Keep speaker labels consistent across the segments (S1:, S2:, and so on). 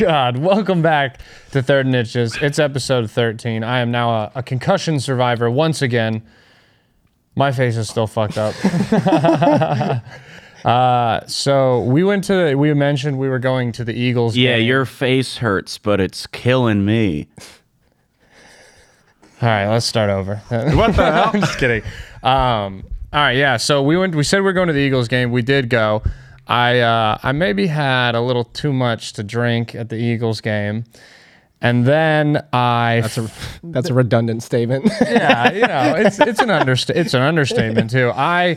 S1: God, welcome back to Third and Inches. It's episode 13. I am now a, a concussion survivor once again. My face is still fucked up. uh, so we went to, the, we mentioned we were going to the Eagles.
S2: Yeah,
S1: game.
S2: your face hurts, but it's killing me.
S1: All right, let's start over.
S3: What the hell?
S1: I'm just kidding. Um, all right, yeah. So we went. We said we were going to the Eagles game. We did go. I uh, I maybe had a little too much to drink at the Eagles game, and then I
S4: That's a that's a redundant statement.
S1: yeah, you know, it's it's an underst- it's an understatement too. I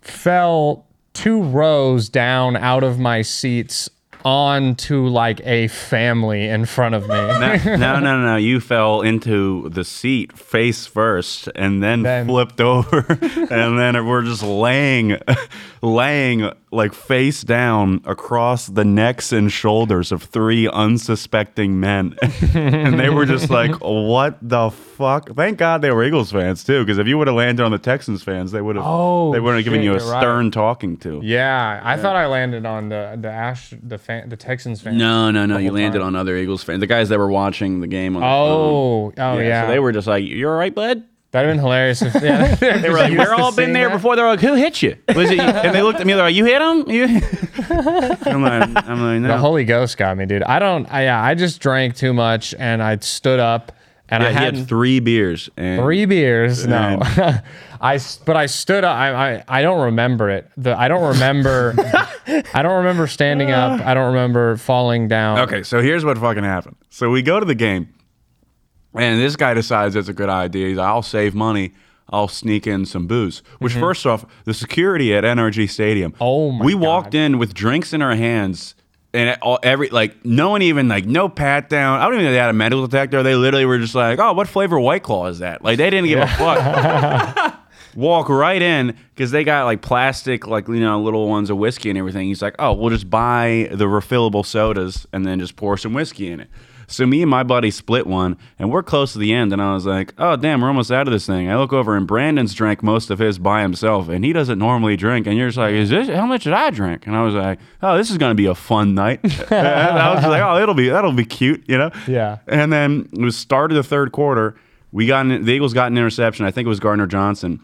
S1: fell two rows down out of my seats onto like a family in front of me.
S2: No, no, no, no. You fell into the seat face first and then,
S1: Then-
S2: flipped over. and then we're just laying, laying like face down across the necks and shoulders of three unsuspecting men. and they were just like, what the fuck? Thank God they were Eagles fans too, because if you would have landed on the Texans fans, they would have
S1: Oh,
S2: they wouldn't have given
S1: shit,
S2: you a
S1: you're right.
S2: stern talking to.
S1: Yeah, I thought I landed on the the Ash the fan, the Texans fan.
S2: No, no, no. You landed on other Eagles fans. The guys that were watching the game on the phone.
S1: Oh, oh yeah.
S2: So they were just like, "You're all right, bud."
S1: That'd have been hilarious. If, yeah,
S2: They were like, "We're all been there before." They're like, "Who hit you?" Was it? you?" And they looked at me. They're like, "You hit him?" You? I'm like, I'm like,
S1: The
S2: no.
S1: Holy Ghost got me, dude. I don't. I, yeah, I just drank too much and I stood up and
S2: Yeah,
S1: I
S2: he
S1: had
S2: had three beers. And
S1: three beers. No, I. s- But I stood up. I. I, I don't remember it. The, I don't remember. I don't remember standing up. I don't remember falling down.
S2: Okay, so here's what fucking happened. So we go to the game, and this guy decides it's a good idea. He's like, I'll save money. I'll sneak in some booze. Which, first off, the security at NRG Stadium.
S1: Mm-hmm. Oh my
S2: We
S1: God.
S2: walked in with drinks in our hands, and it- all, every like no one even like no pat down. I don't even know if they had a metal detector. They literally were just like, "Oh, what flavor White Claw is that?" Like they didn't give a fuck. Walk right in because they got like plastic, like you know, little ones of whiskey and everything. He's like, "Oh, we'll just buy the refillable sodas and then just pour some whiskey in it." So me and my buddy split one, and we're close to the end. And I was like, "Oh damn, we're almost out of this thing." I look over, and Brandon's drank most of his by himself, and he doesn't normally drink. And you're just like, "Is this how much did I drink?" And I was like, "Oh, this is gonna be a fun night." And I was like, "Oh, it'll be that'll be cute," you know?
S1: Yeah.
S2: And then it was start of the third quarter. We got an, the Eagles got an interception. I think it was Gardner Johnson.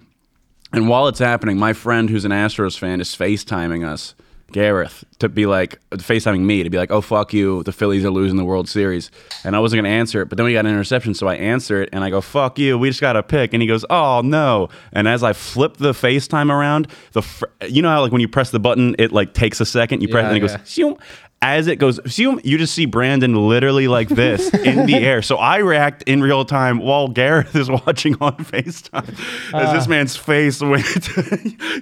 S2: And while it's happening, my friend who's an Astros fan is FaceTiming us, Gareth, to be like, FaceTiming me, to be like, oh, fuck you, the Phillies are losing the World Series. And I wasn't going to answer it, but then we got an interception, so I answer it, and I go, fuck you, we just got a pick. And he goes, oh, no. And as I flip the FaceTime around, the fr- you know how, like, when you press the button, it, like, takes a second, you press
S4: Yeah,
S2: it, and it
S4: yeah.
S2: goes, Shoom. As it goes, shoom, you just see Brandon literally like this in the air. So I react in real time while Gareth is watching on FaceTime. As this man's face went,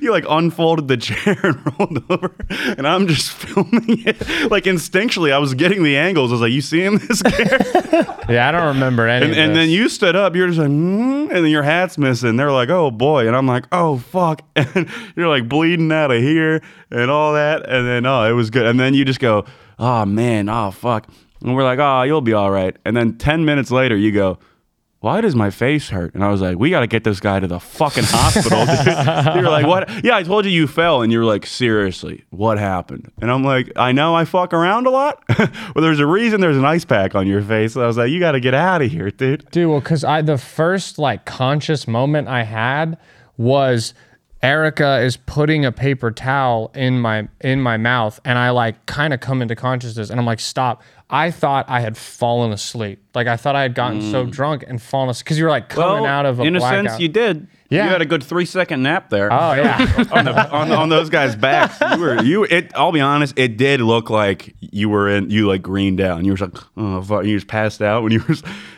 S2: he like unfolded the chair and rolled over. And I'm just filming it. Like instinctually, I was getting the angles. I was like, You seeing this, Gareth?
S1: Yeah, I don't remember any.
S2: And,
S1: of
S2: and
S1: this.
S2: then you stood up, you're just like, mm, and then your hat's missing. They're like, oh boy. And I'm like, oh fuck. And you're like bleeding out of here and all that. And then, oh, it was good. And then you just go, oh man, oh fuck. And we're like, oh, you'll be all right. And then 10 minutes later, you go, why does my face hurt? And I was like, we got to get this guy to the fucking hospital. dude." you're like, what? Yeah, I told you you fell. And you're like, seriously, what happened? And I'm like, I know I fuck around a lot. well, there's a reason there's an ice pack on your face. And I was like, you got to get out of here, dude.
S1: Dude, well, because I the first like conscious moment I had was Erica is putting a paper towel in my in my mouth, and I like kind of come into consciousness, and I'm like, stop. I thought I had fallen asleep. Like I thought I had gotten so drunk and fallen asleep because you were like coming out of a
S2: Mm. Oh, in a
S1: blackout.
S2: sense, you did.
S1: Yeah.
S2: You had a good three second nap there.
S1: oh yeah.
S2: on, the, on, on those guys' backs, you were you. It. I'll be honest. It did look like you were in. You like greened out. And you were just like, oh, fuck. You just passed out when you were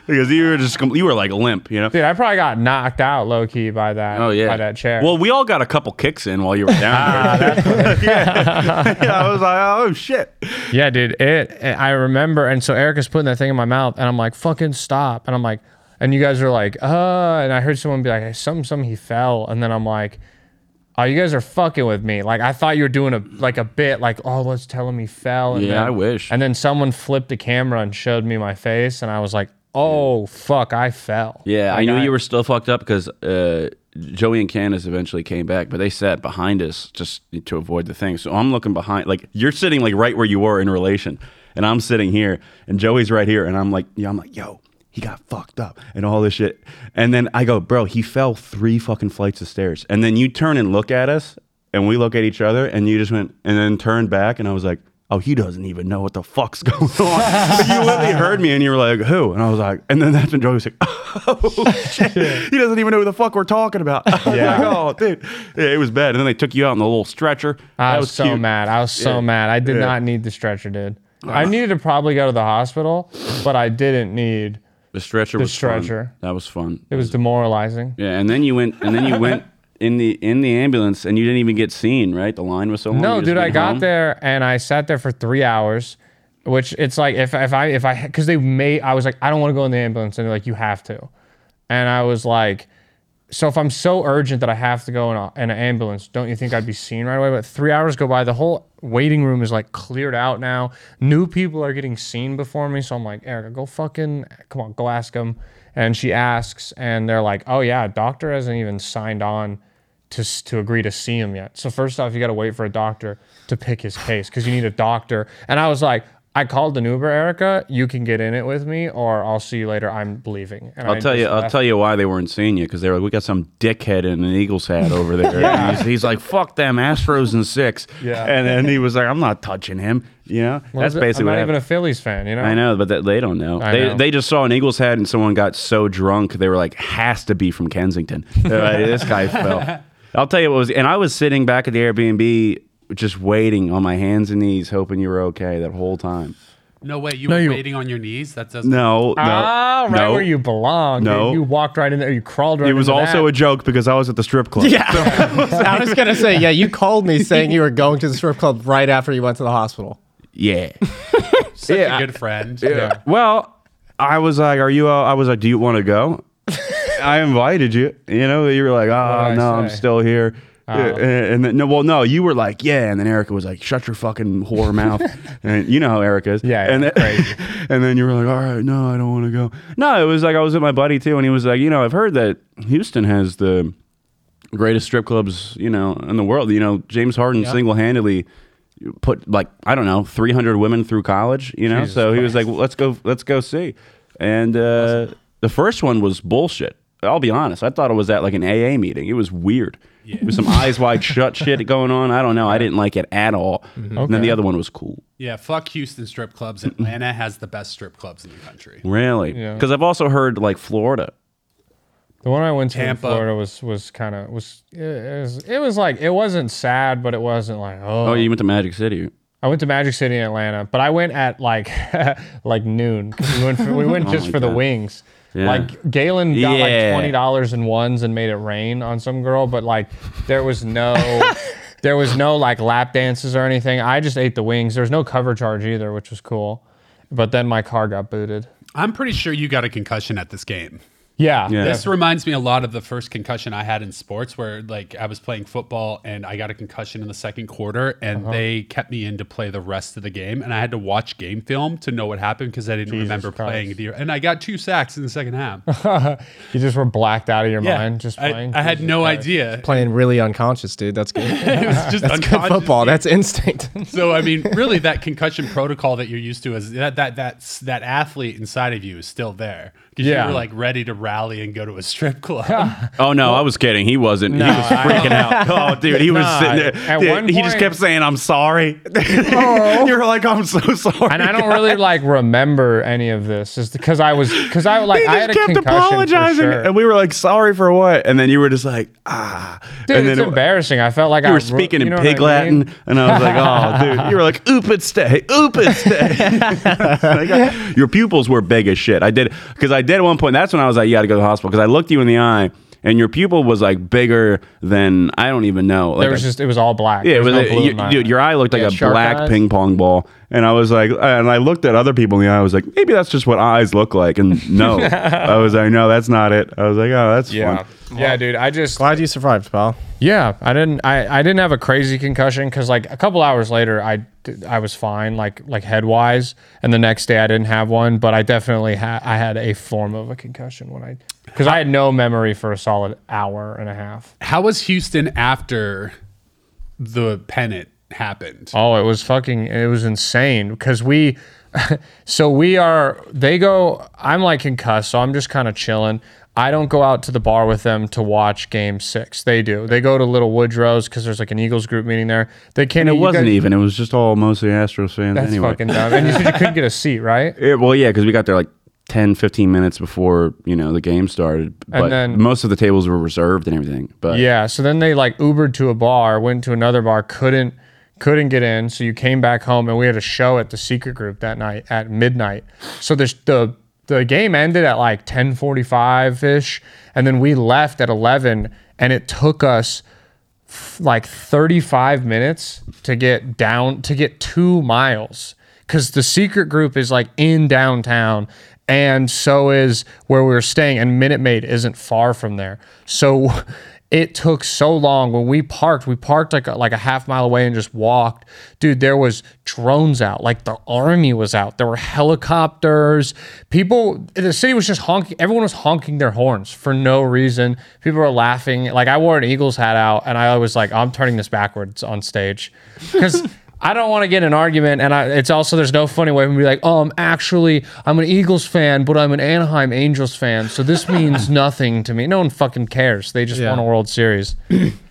S2: because you were just com- you were like limp. You know.
S1: Dude, I probably got knocked out low key by that.
S2: Oh yeah,
S1: by that chair. Ah,
S2: Well, we all got a couple kicks in while you were down there. yeah. yeah, I was like, oh shit.
S1: Yeah, dude. It, it- I remember, and so Erica's putting that thing in my mouth, and I'm like, "Fucking stop!" And I'm like, and you guys are like, "Uh," and I heard someone be like, hey, "Some, some, he fell," and then I'm like, "Oh, you guys are fucking with me." Like I thought you were doing a like a bit, like, "Oh, let's tell him he fell." And
S2: Yeah,
S1: then-
S2: I wish.
S1: And then someone flipped the camera and showed me my face, and I was like, "Oh fuck, I fell."
S2: Yeah, I
S1: Like,
S2: knew you were still fucked up because uh, Joey and Candace eventually came back, but they sat behind us just to avoid the thing. So I'm looking behind, like you're sitting like right where you were in relation, and I'm sitting here, and Joey's right here, and I'm like, yeah, I'm like, yo, he got fucked up and all this shit. And then I go, bro, he fell three fucking flights of stairs. And then you turn and look at us, and we look at each other, and you just went, and then turned back, and I was like. Oh, he doesn't even know what the fuck's going on. But you literally heard me and you were like, who? And I was like, and then that's when Joey was like, oh, shit. He doesn't even know who the fuck we're talking about. I was
S1: Yeah.
S2: like, oh, dude. Yeah, it was bad. And then they took you out in the little stretcher.
S1: I
S2: That
S1: was, so
S2: cute.
S1: mad. I was so mad. I did
S2: Yeah. Ah.
S1: not need the stretcher, dude. I needed to probably go to the hospital, but I didn't need.
S2: The stretcher was
S1: stretcher.
S2: Fun. That was fun.
S1: It was demoralizing.
S2: Yeah, and then you went and then you went in the in the ambulance and you didn't even get seen, right? The line was so long.
S1: No,
S2: you just
S1: dude, I
S2: went
S1: got
S2: home?
S1: there and I sat there for three hours, which it's like if if I if I because they made I was like I don't want to go in the ambulance and they're like you have to, and I was like, so if I'm so urgent that I have to go in, a, in an ambulance, don't you think I'd be seen right away? But three hours go by, the whole waiting room is like cleared out now. New people are getting seen before me, so I'm like Erica, go fucking come on, go ask them. And she asks, and they're like, oh yeah, doctor hasn't even signed on to, s- to agree to see him yet. So first off, you got to wait for a doctor to pick his case because you need a doctor. And I was like, I called an Uber, Erica. You can get in it with me, or I'll see you later. I'm leaving. And
S2: I'll tell you. I'll tell you why they weren't seeing you because they were like, "We got some dickhead in an Eagles hat over there." And he's, he's like, "Fuck them Astros and six.
S1: Yeah.
S2: And then he was like, "I'm not touching him." You know, that's basically
S1: I'm
S2: what
S1: not
S2: happened.
S1: even a Phillies fan, you know.
S2: I know, but that, they don't know.
S1: I
S2: they
S1: know.
S2: they just saw an Eagles hat and someone got so drunk they were like, has to be from Kensington. They're like, this guy fell. I'll tell you what was, and I was sitting back at the Airbnb just waiting on my hands and knees, hoping you were okay that whole time.
S3: No way, you
S1: No,
S3: were
S1: you-
S3: waiting on your knees. That doesn't.
S2: No, no,
S1: Ah, right
S2: no.
S1: where you belong. dude.
S2: No.
S1: you walked right in there. You crawled right.
S2: it was
S1: into
S2: also a
S1: that.
S2: joke because I was at the strip club.
S4: I was gonna say, yeah, you called me saying you were going to the strip club right after you went to the hospital.
S2: yeah.
S3: Such
S2: Yeah, I-
S3: a good friend.
S1: Yeah.
S2: Well, I was like, "Are you?" Uh, I was like, "Do you want to go?" I invited you. You know, you were like, "Ah,
S1: did I
S2: no, I'm
S1: say?" Oh.
S2: still here." Yeah, and and then, no, well, no, you were like, "Yeah," and then Erica was like, "Shut your fucking whore mouth," and you know how Erica is.
S1: Yeah, yeah,
S2: and then,
S1: crazy.
S2: and then you were like, "All right, no, I don't want to go." No, it was like I was with my buddy too, and he was like, "You know, I've heard that Houston has the greatest strip clubs, you know, in the world. You know, James Harden single-handedly." put like I don't know 300 women through college, you know. so he was like, "Let's go, let's go see." And uh, the first one was bullshit. I'll be honest. I thought it was at like an AA meeting. It was weird. It was some eyes wide shut shit going on. I don't know. I didn't like it at all.
S1: Mm-hmm.
S2: And then the other one was cool.
S3: Yeah, fuck Houston strip clubs. Atlanta has the best strip clubs in the country.
S2: Really?
S1: Yeah.
S2: Because I've also heard like Florida.
S1: The one I went to
S3: Tampa.
S1: in Florida was was kind of was it, it was it was like it wasn't sad, but it wasn't like oh.
S2: Oh, you went to Magic City.
S1: I went to Magic City in Atlanta, but I went at like like noon. 'cause We went for, we went just
S2: Oh my
S1: for the
S2: God.
S1: wings.
S2: Yeah.
S1: Like Galen got
S2: Yeah.
S1: like twenty dollars in ones and made it rain on some girl, but like there was no there was no like lap dances or anything. I just ate the wings. There was no cover charge either, which was cool. But then my car got booted.
S3: I'm pretty sure you got a concussion at this game.
S1: Yeah.
S2: Yeah.
S3: This reminds me a lot of the first concussion I had in sports, where like I was playing football and I got a concussion in the second quarter, and they kept me in to play the rest of the game, and I had to watch game film to know what happened because I didn't remember
S1: Christ.
S3: playing the. And I got two sacks in the second half.
S1: You just were blacked out of your
S3: Yeah,
S1: mind just
S3: I,
S1: playing.
S3: I had
S1: Jesus
S3: no
S1: Christ.
S3: idea.
S4: Playing really unconscious, dude. That's good.
S3: It was just
S4: That's good
S3: unconscious.
S4: football. That's instinct.
S3: So I mean, really, that concussion protocol that you're used to is that that that's that athlete inside of you is still there because
S1: Yeah.
S3: you were like ready to rally and go to a strip club.
S2: Oh no, I was kidding. He wasn't. he was freaking out. Oh, dude, he was
S1: Nah,
S2: sitting there.
S1: at
S2: Dude,
S1: one
S2: he just
S1: point- Oh.
S2: kept saying, "I'm sorry." You're like, "I'm so sorry."
S1: And I don't really like remember any of this, is because I was because I like
S2: He
S1: I had
S2: just
S1: a
S2: kept
S1: concussion
S2: apologizing,
S1: for sure.
S2: and we were like, "Sorry for what?" And then you were just like, "Ah."
S1: Dude,
S2: and
S1: it's
S2: then it-
S1: embarrassing. I felt like I
S2: you were
S1: ru-
S2: speaking
S1: you know
S2: in
S1: what I
S2: pig
S1: mean?
S2: Latin, and I was like, "Oh, dude!" You were like, "Oop stay, oop stay." uh, Your pupils were big as shit. I did because I did at one point. That's when I was like, "You got to go to the hospital." Because I looked you in the eye, and your pupil was like bigger than I don't even know. Like
S1: There was
S2: a-
S1: just it was all black.
S2: Yeah, it
S1: There
S2: was
S1: no
S2: a-
S1: blue
S2: you-
S1: in my
S2: dude,
S1: eye.
S2: your eye looked like
S4: Yeah,
S2: a
S4: shark
S2: black
S4: eyes.
S2: ping pong ball, and I was like, and I looked at other people in the eye. I was like, maybe that's just what eyes look like, and no, I was like, no, that's not it. I was like, oh, that's
S1: yeah.
S2: fun.
S1: Yeah, dude. I just
S4: Glad you survived, pal.
S1: yeah. I didn't. I, I didn't have a crazy concussion because like a couple hours later, I d- I was fine, like like head wise, and the next day I didn't have one, but I definitely had I had a form of a concussion when I because I had no memory for a solid hour and a half.
S3: How was Houston after the pennant happened.
S1: Oh, it was fucking, it was insane because we, so we are, they go, I'm like concussed, so I'm just kind of chilling. I don't go out to the bar with them to watch game six. They do. They go to Little Woodrow's because there's like an Eagles group meeting there. They can't,
S2: And it
S1: you
S2: wasn't
S1: guys-
S2: even. It was just all mostly Astros fans
S1: That's
S2: anyway.
S1: fucking dumb. And you said you couldn't get a seat, right?
S2: Yeah, well, yeah, because we got there like 10, 15 minutes before you know the game started. But
S1: then-
S2: most of the tables were reserved and everything. But
S1: Yeah. So then they like Ubered to a bar, went to another bar, couldn't couldn't get in. So you came back home, and we had a show at the secret group that night at midnight. So there's the the game ended at like 10:45 ish, and then we left at 11, and it took us f- like 35 minutes to get down to get two miles because the secret group is like in downtown and so is where we were staying and minute maid isn't far from there so it took so long when we parked we parked like a, like a half mile away and just walked dude there was drones out like the army was out there were helicopters people the city was just honking everyone was honking their horns for no reason people were laughing like i wore an eagles hat out and i was like i'm turning this backwards on stage because I don't want to get in an argument, and I, it's also there's no funny way to be like, um, actually, I'm an Eagles fan, but I'm an Anaheim Angels fan, so this means nothing to me. No one fucking cares. They just
S4: Yeah.
S1: won a World Series.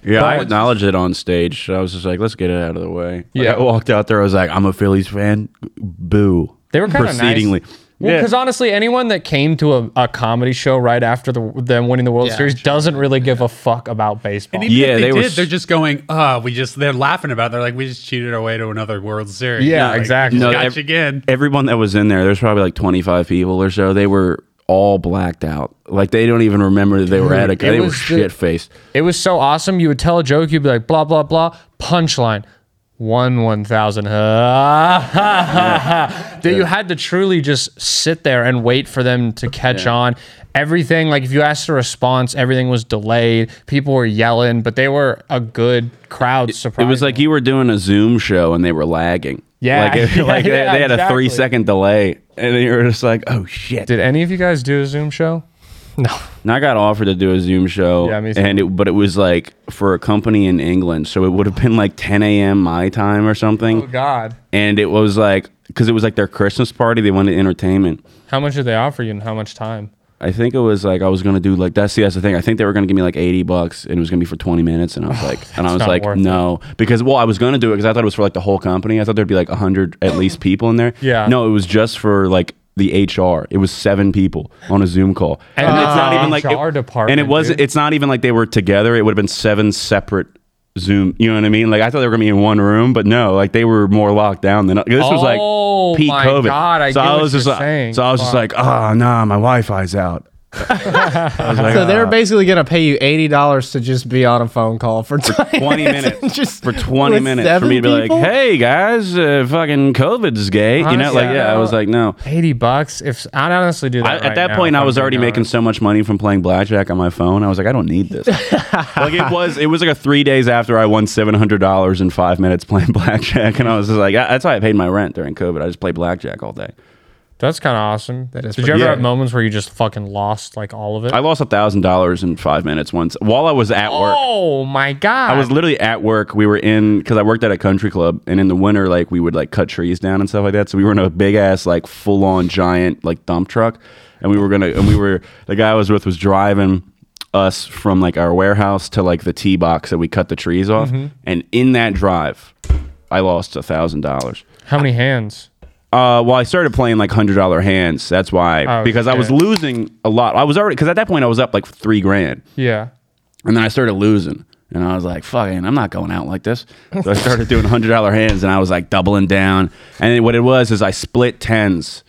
S2: yeah, I acknowledged it on stage. So I was just like, let's get it out of the way. Like,
S1: Yeah.
S2: I walked out there. I was like, I'm a Phillies fan. Boo.
S1: They were kind of
S2: proceedingly.
S1: nice. Well,
S2: Yeah.
S1: because honestly, anyone that came to a, a comedy show right after the, them winning the World
S4: Yeah,
S1: Series doesn't really give a fuck about baseball.
S3: And even
S2: Yeah,
S3: if they,
S2: they were
S3: did,
S2: s-
S3: they're just going, ah, we just, they're laughing about it. They're like, we just cheated our way to another World Series.
S1: Yeah,
S3: Like,
S1: exactly.
S2: No,
S3: Gotcha
S2: ev-
S3: again.
S2: everyone that was in there, there's probably like 25 people or so. They were all blacked out. Like they don't even remember that they were at a. They were
S1: was the-
S2: shit faced.
S1: It was so awesome. You would tell a joke, you'd be like, blah, blah, blah, punchline. One one thousand. Ha, ha, ha, ha. That you had to truly just sit there and wait for them to catch on. Everything, like if you asked a response, everything was delayed. People were yelling, but they were a good crowd surprise.
S2: It was like you were doing a Zoom show and they were lagging.
S1: Yeah.
S2: like, it-
S1: Yeah,
S2: like they,
S1: yeah,
S2: they had a
S1: exactly.
S2: three second delay, and then you were just like, "Oh shit!"
S1: Did any of you guys do a Zoom show? No.
S2: And I got offered to do a Zoom show,
S1: Yeah, me too.
S2: and it, but it was like for a company in England, so it would have been like 10 a.m. my time or something,
S1: Oh, God.
S2: and it was like because it was like their Christmas party, they wanted entertainment.
S1: How much did they offer you and how much time?
S2: I think it was like I was gonna do like that's the that's the thing. I think they were gonna give me like eighty bucks and it was gonna be for twenty minutes and I was like and I was
S1: not
S2: like
S1: worth it.
S2: no because well I was gonna do it because I thought it was for like the whole company. I thought there'd be like hundred at least people in there.
S1: Yeah.
S2: No, it was just for like the HR. It was seven people on a Zoom call and it's not even like
S1: HR
S2: it,
S1: department,
S2: And it wasn't.
S1: dude.
S2: It's not even like they were together. It would have been seven separate. Zoom, you know what I mean? Like I thought they were gonna be in one room, but no, like they were more locked down than this was like
S1: Oh,
S2: peak
S1: my
S2: COVID.
S1: God, I
S2: so
S1: get
S2: I
S1: what
S2: was
S1: you're
S2: just like,
S1: saying.
S2: so I was just
S1: Fuck.
S2: like, oh nah, my Wi-Fi's out. I was like,
S4: So they're
S2: "Ah."
S4: basically gonna pay you eighty dollars to just be on a phone call for,
S2: 20 minutes
S4: just
S2: for 20
S4: with
S2: minutes for me to be
S4: seven people?
S2: like, hey guys, uh, fucking COVID's gay. you know,
S1: Honestly,
S2: like yeah,
S1: I
S2: I was
S1: don't-
S2: like, no.
S1: 80 bucks? If I'd honestly do that.
S2: I,
S1: right
S2: at that
S1: now
S2: point,
S1: if
S2: I
S1: I'm
S2: was already
S1: being
S2: making
S1: honest.
S2: so much money from playing blackjack on my phone. I was like, I don't need this. like it was, it was like a three days after I won seven hundred dollars in five minutes playing blackjack, and I was just like, that's how I paid my rent during COVID. I just played blackjack all day.
S1: That's kind of awesome.
S4: That is
S1: Did you ever
S4: pretty
S1: have
S4: good.
S1: moments where you just fucking lost like all of it?
S2: I lost a thousand dollars in five minutes once while I was at work.
S1: oh my god!
S2: I was literally at work. We were in because I worked at a country club, and in the winter, like we would like cut trees down and stuff like that. So we were in a big ass, like full on giant, like dump truck, and we were gonna and we were the guy I was with was driving us from like our warehouse to like the tee box that we cut the trees off,
S1: Mm-hmm.
S2: and in that drive, I lost a thousand dollars.
S1: How many hands?
S2: Uh, well, I started playing like hundred dollar hands. That's why
S1: Oh,
S2: because I was
S1: shit.
S2: losing a lot. I was already because at that point I was up like three grand.
S1: Yeah.
S2: And then I started losing. And I was like, fucking, I'm not going out like this. So I started doing $100 hands and I was like doubling down. And then what it was is I split tens.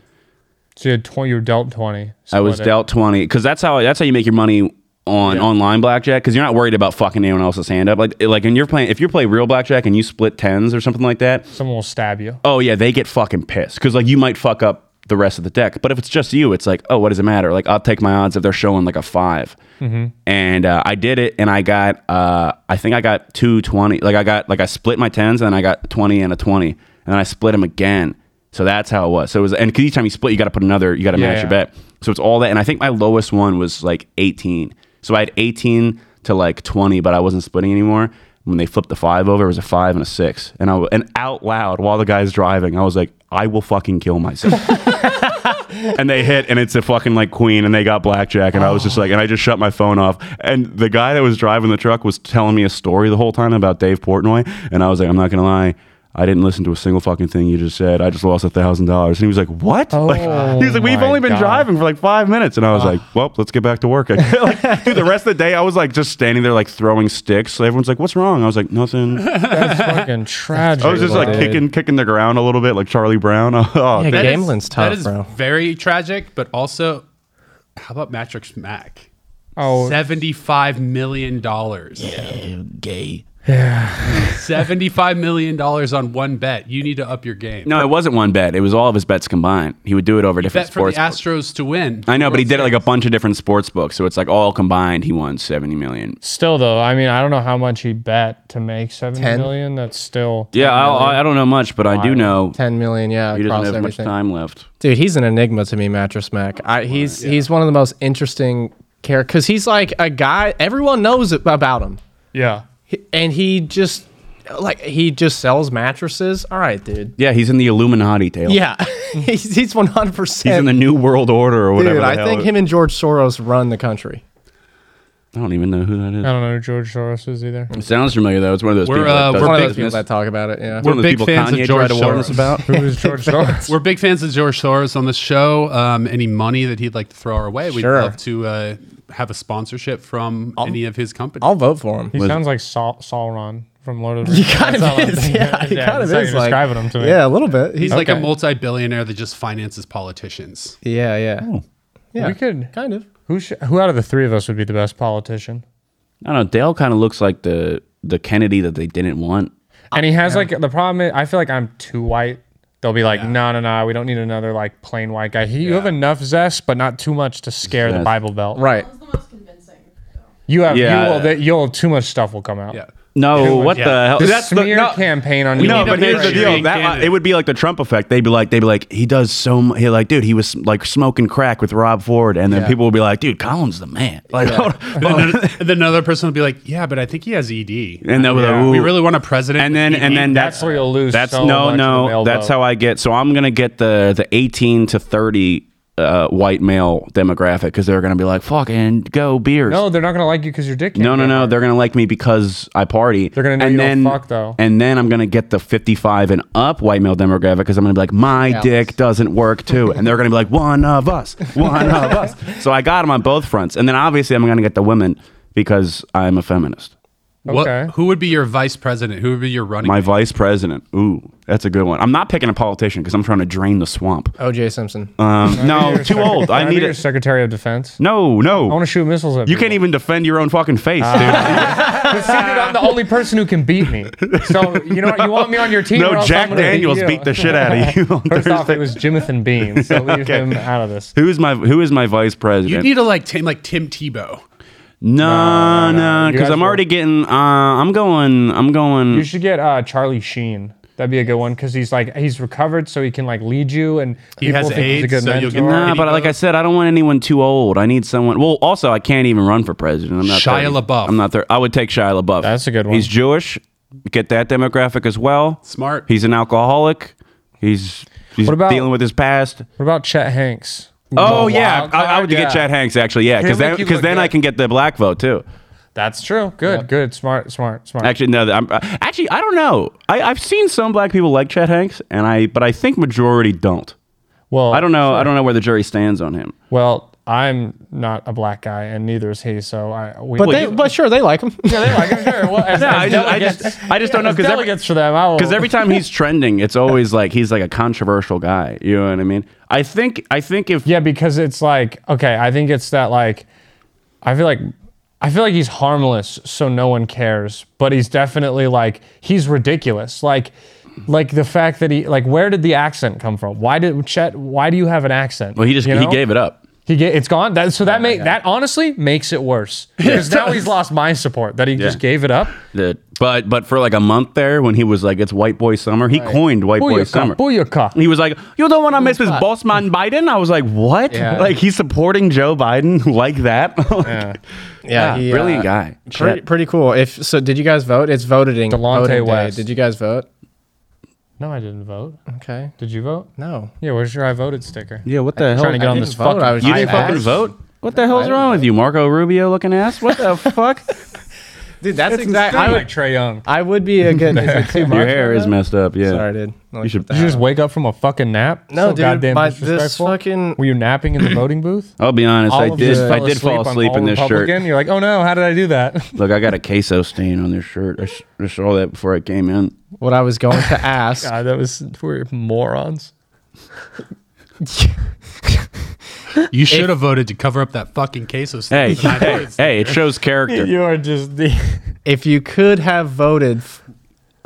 S1: So you had twenty. You were dealt twenty.
S2: I was
S1: Split it.
S2: dealt 20 because that's how that's how you make your money on online blackjack because you're not worried about fucking anyone else's hand up. Like, like when you're playing, if you play real blackjack and you split tens or something like that,
S1: Someone will stab you.
S2: oh yeah, they get fucking pissed because like you might fuck up the rest of the deck. But if it's just you, it's like, oh, what does it matter? Like I'll take my odds if they're showing like a 5
S1: Mm-hmm.
S2: And uh, I did it, and I got uh, I think I got two twenty. Like I got like I split my tens, and then I got twenty and a twenty, and then I split them again. So that's how it was. So it was, and 'cause each time you split, you got to put another, you got to match
S1: Yeah.
S2: your bet. So it's all that, and I think my lowest one was like eighteen. So I had eighteen to like twenty, but I wasn't splitting anymore. when they flipped the five over, it was a five and a six. And I w- and out loud while the guy's driving, I was like, I will fucking kill myself. and they hit, and it's a fucking like queen, and they got blackjack, and I was just like, and I just shut my phone off. And the guy that was driving the truck was telling me a story the whole time about Dave Portnoy, and I was like, I'm not gonna lie. I didn't listen to a single fucking thing you just said. I just lost a thousand dollars, and he was like, "What?" like, he was like, "We've
S1: Oh my
S2: only been
S1: God.
S2: driving for like five minutes," and I was like, "Well, let's get back to work." like, dude, the rest of the day I was like just standing there like throwing sticks. Everyone's like, "What's wrong?" I was like, "Nothing."
S1: That's fucking tragic.
S2: I was just like
S1: dude.
S2: kicking, kicking the ground a little bit, like Charlie Brown. Oh,
S4: Yeah,
S2: dude.
S3: That is-
S4: gambling's
S3: that
S4: tough,
S3: is
S4: bro.
S3: Very tragic, but also, how about Matrix Mac?
S1: Oh.
S3: $75 million. Yeah, gay. Yeah. $75 million on one bet. You need to up your game.
S2: no, it wasn't one bet. It was all of his bets combined. He would do it over different
S3: bet for
S2: sports.
S3: the Astros to win.
S2: I know, but he
S3: World
S2: did it like a
S3: Series.
S2: bunch of different sports books, so it's like all combined. He won seventy million.
S1: Still though, I mean, I don't know how much he bet to make seventy million.
S4: Ten?
S1: That's still
S2: Yeah, I, I don't know much, but I do know
S4: Ten million, yeah,
S2: he
S4: across
S2: doesn't have much
S4: everything.
S2: time left.
S4: Dude, he's an enigma to me, Mattress Mac. I, he's he's one of the most interesting characters because he's like a guy everyone knows about him,
S1: yeah.
S4: He- and he just like he just sells mattresses. All right, dude.
S2: Yeah, he's in the Illuminati tale.
S4: Yeah, he's he's one hundred
S2: he's in
S4: percent.
S2: the New World Order or whatever.
S4: Dude,
S2: the
S4: I
S2: hell
S4: think
S2: it-
S4: him and George Soros run the country.
S2: I don't even know who that is.
S4: Oh.
S1: I don't know who George Soros is either.
S2: It sounds familiar though. It's one of those
S3: We're,
S2: people.
S3: uh,
S2: that does
S3: we're
S4: One of
S3: big
S4: those people that talk about it. Yeah.
S2: one of those
S3: big
S2: people
S3: fans of
S2: Kanye tried
S3: George
S2: to warn us
S3: Soros.
S2: about.
S1: Who is George Soros?
S3: We're big fans of George Soros on the show. Um, any money that he'd like to throw our way, we'd
S4: Sure.
S3: love to uh, have a sponsorship from any of his companies.
S4: I'll vote for him.
S1: He sounds like Saul, Sauron from Lord of the Rings. He
S4: Kind of is, yeah. He kind of
S1: that's how
S4: is
S1: you're
S4: like
S1: describing him to me.
S4: Yeah, a little bit.
S3: He's
S4: He's
S3: like a
S1: Okay.
S3: multi-billionaire that just finances politicians.
S4: yeah, yeah,
S2: Oh.
S4: yeah.
S1: We could.
S4: kind of.
S1: Who sh- who out of the three of us would be the best politician?
S2: I don't know. Dale kind of looks like the the Kennedy that they didn't want.
S1: And he has like the problem. Is, I feel like I'm too white. They'll be like, no, no, no. We don't need another like plain white guy. He, You have enough zest, but not too much to scare the
S2: Zest.
S1: Bible Belt.
S4: Right.
S5: That was the most convincing. though.
S1: You have.
S2: Yeah.
S1: You will, that- you'll. Too much stuff will come out.
S3: Yeah.
S2: No, what
S3: yeah.
S2: the hell?
S1: The
S2: That's
S1: smear
S2: no-
S1: campaign on
S2: No,
S1: you.
S2: but
S3: a
S2: here's the
S3: mainstream
S2: deal. That
S3: candidate.
S2: it would be like the Trump effect. They'd be like, they'd be like, he does so. mu- He like, dude, he was like smoking crack with Rob Ford, and then people will be like, dude, Colin's the man. Like,
S3: And then, and then another person will be like, "Yeah, but I think he has ED."
S2: and then
S3: we really want a president.
S2: And then,
S3: with
S2: and
S3: ED?
S2: then
S1: That's where you'll lose
S2: That's
S1: so much
S2: no,
S1: of the
S2: no.
S1: male
S2: That's
S1: vote.
S2: how I get. So I'm gonna get the the 18 to 30 uh, white male demographic because they're gonna be like, fucking go beers.
S1: No, they're not gonna like you because you're dick.
S2: No, no,
S1: campaign.
S2: no. They're gonna like me because I party. They're
S1: gonna know you don't fuck, though.
S2: And then I'm gonna get the 55 and up white male demographic because I'm gonna be like, my dick doesn't work too, and they're gonna be like, one of us, one of us. So I got them on both fronts, and then obviously I'm gonna get the women because I'm a feminist.
S3: What-
S1: Okay.
S3: who would be your vice president? Who would be your running?
S2: My
S3: mate?
S2: vice president. Ooh, that's a good one. I'm not picking a politician because I'm trying to drain the swamp.
S4: OJ Simpson.
S2: Um, no,
S1: You're
S2: too
S1: sec-
S2: old. I
S1: Can be
S2: need
S1: your
S2: it.
S1: Secretary of Defense. I Ah.
S2: No,
S1: want
S2: no.
S1: to shoot missiles at
S2: You can't even defend your own fucking face, dude.
S1: See, dude, I'm the only person who can beat me. So you know what? You want me on your team? or
S2: No,
S1: else I'm
S2: Jack
S1: gonna beat
S2: Daniels
S1: you.
S2: beat the shit out of you. on
S1: First off,
S2: Thursday.
S1: it was Jonathan Bean, so leave him out of this.
S2: Who is my Who is my vice president?
S3: You need to like Tim, like Tim Tebow.
S2: no, no,
S1: You
S2: because
S1: guys
S2: I'm already
S1: will-
S2: getting. Uh, I'm going. I'm
S1: You
S2: going.
S1: should get uh, Charlie Sheen. That'd be a good one because he's like he's recovered, so he can like lead you, and
S3: He
S1: people
S3: has
S1: think he's a
S3: AIDS,
S1: good
S3: so you'll
S1: mentor.
S3: get
S2: Nah,
S3: Any
S2: but like I
S3: votes?
S2: said, I don't want anyone too old. I need someone. Well, also, I can't even run for president. I'm not
S3: Shia
S2: 30.
S3: LaBeouf.
S2: I'm not. Thir- I would take Shia LaBeouf.
S1: That's a good one.
S2: He's Jewish. Get that demographic as well.
S3: Smart.
S2: He's an alcoholic. He's he's
S1: What about-
S2: dealing with his past.
S1: What about Chet Hanks?
S2: Oh
S1: Wild
S2: yeah, I, I
S1: card?
S2: would
S1: Yeah.
S2: get Chad Hanks actually. Yeah,
S1: He'll
S2: because then
S1: make you
S2: because
S1: look
S2: then I
S1: good.
S2: can get the black vote too.
S1: That's true. Good, good, smart, smart, smart.
S2: Actually, no. th- I'm, uh, actually, I don't know. I, I've seen some black people like Chet Hanks, and I but I think majority don't.
S1: well,
S2: I don't know. I don't know where the jury stands on him.
S1: Well, I'm not a black guy, and neither is he. So I. We,
S4: but they, but sure, they like him.
S1: yeah, they like him. Sure. Well, as,
S2: I
S1: as
S2: just- I
S1: delegates-
S2: just- I just don't know,
S1: as
S2: 'cause every-
S1: delegates for them. I will-
S2: Because every time he's trending, it's always like he's like a controversial guy. You know what I mean? I think I think if
S1: Yeah, because it's like okay, I think it's that like I feel like I feel like he's harmless, so no one cares. But he's definitely like he's ridiculous. Like like the fact that he like where did the accent come from? Why did Chet? Why do you have an accent?
S2: well, he just
S1: you
S2: he
S1: know?
S2: gave Oh it up.
S1: He gave it's gone. That so that make that honestly makes it worse because now he's lost my support that he just gave it up.
S2: The But but for like a month there, when he was like, it's white boy summer, he coined white boy summer.
S1: Booyaka, booyaka.
S2: He was like, "You don't want to mess with boss man Biden." I was like, "What?"
S1: Yeah.
S2: Like he's supporting Joe Biden like that? Like,
S1: Yeah.
S4: Yeah, he,
S2: brilliant
S4: uh,
S2: guy.
S4: Pretty,
S2: Shit.
S4: pretty cool. If so, did you guys vote? It's voting.
S1: Delonte
S4: voting day.
S1: West.
S4: Did you guys vote?
S1: No, I didn't vote.
S4: Okay.
S1: Did you vote?
S4: No.
S1: Yeah, where's your I voted sticker?
S2: Yeah, what the hell?
S1: trying to get
S4: I
S1: on
S4: didn't
S1: this
S4: vote.
S1: fucking.
S4: I was
S2: you didn't
S4: I
S2: fucking
S4: asked.
S2: vote? What the hell's
S4: I
S2: wrong with you, Marco Rubio looking ass? What the fuck?
S4: Dude, that's exactly.
S1: I
S4: I
S1: like
S4: would.
S1: Trey Young.
S4: I would be a good. Is it too much
S2: Your hair
S4: right
S2: is
S4: now?
S2: messed up. Yeah,
S4: Sorry, dude. Like,
S2: you should.
S1: Did you just wake up from a fucking nap?
S4: No,
S1: So
S4: dude,
S1: Goddamn
S4: my- this
S1: disrespectful.
S4: fucking-
S1: Were you napping in the voting booth?
S2: I'll be honest. I
S1: All of you
S2: did.
S1: just
S2: I
S1: fell
S2: did fall
S1: on
S2: asleep
S1: all
S2: in this
S1: Republican?
S2: shirt.
S1: You're like, oh no, how did I do that?
S2: Look, I got a queso stain on this shirt. I, sh- I saw that before I came in.
S4: What I was going to ask.
S1: God, that was we're morons.
S3: You should have voted to cover up that fucking case of
S2: Hey,
S3: Steve, and I
S2: hey,
S3: voted Steve.
S2: hey! It shows character.
S1: You are just the.
S4: if you could have voted, f-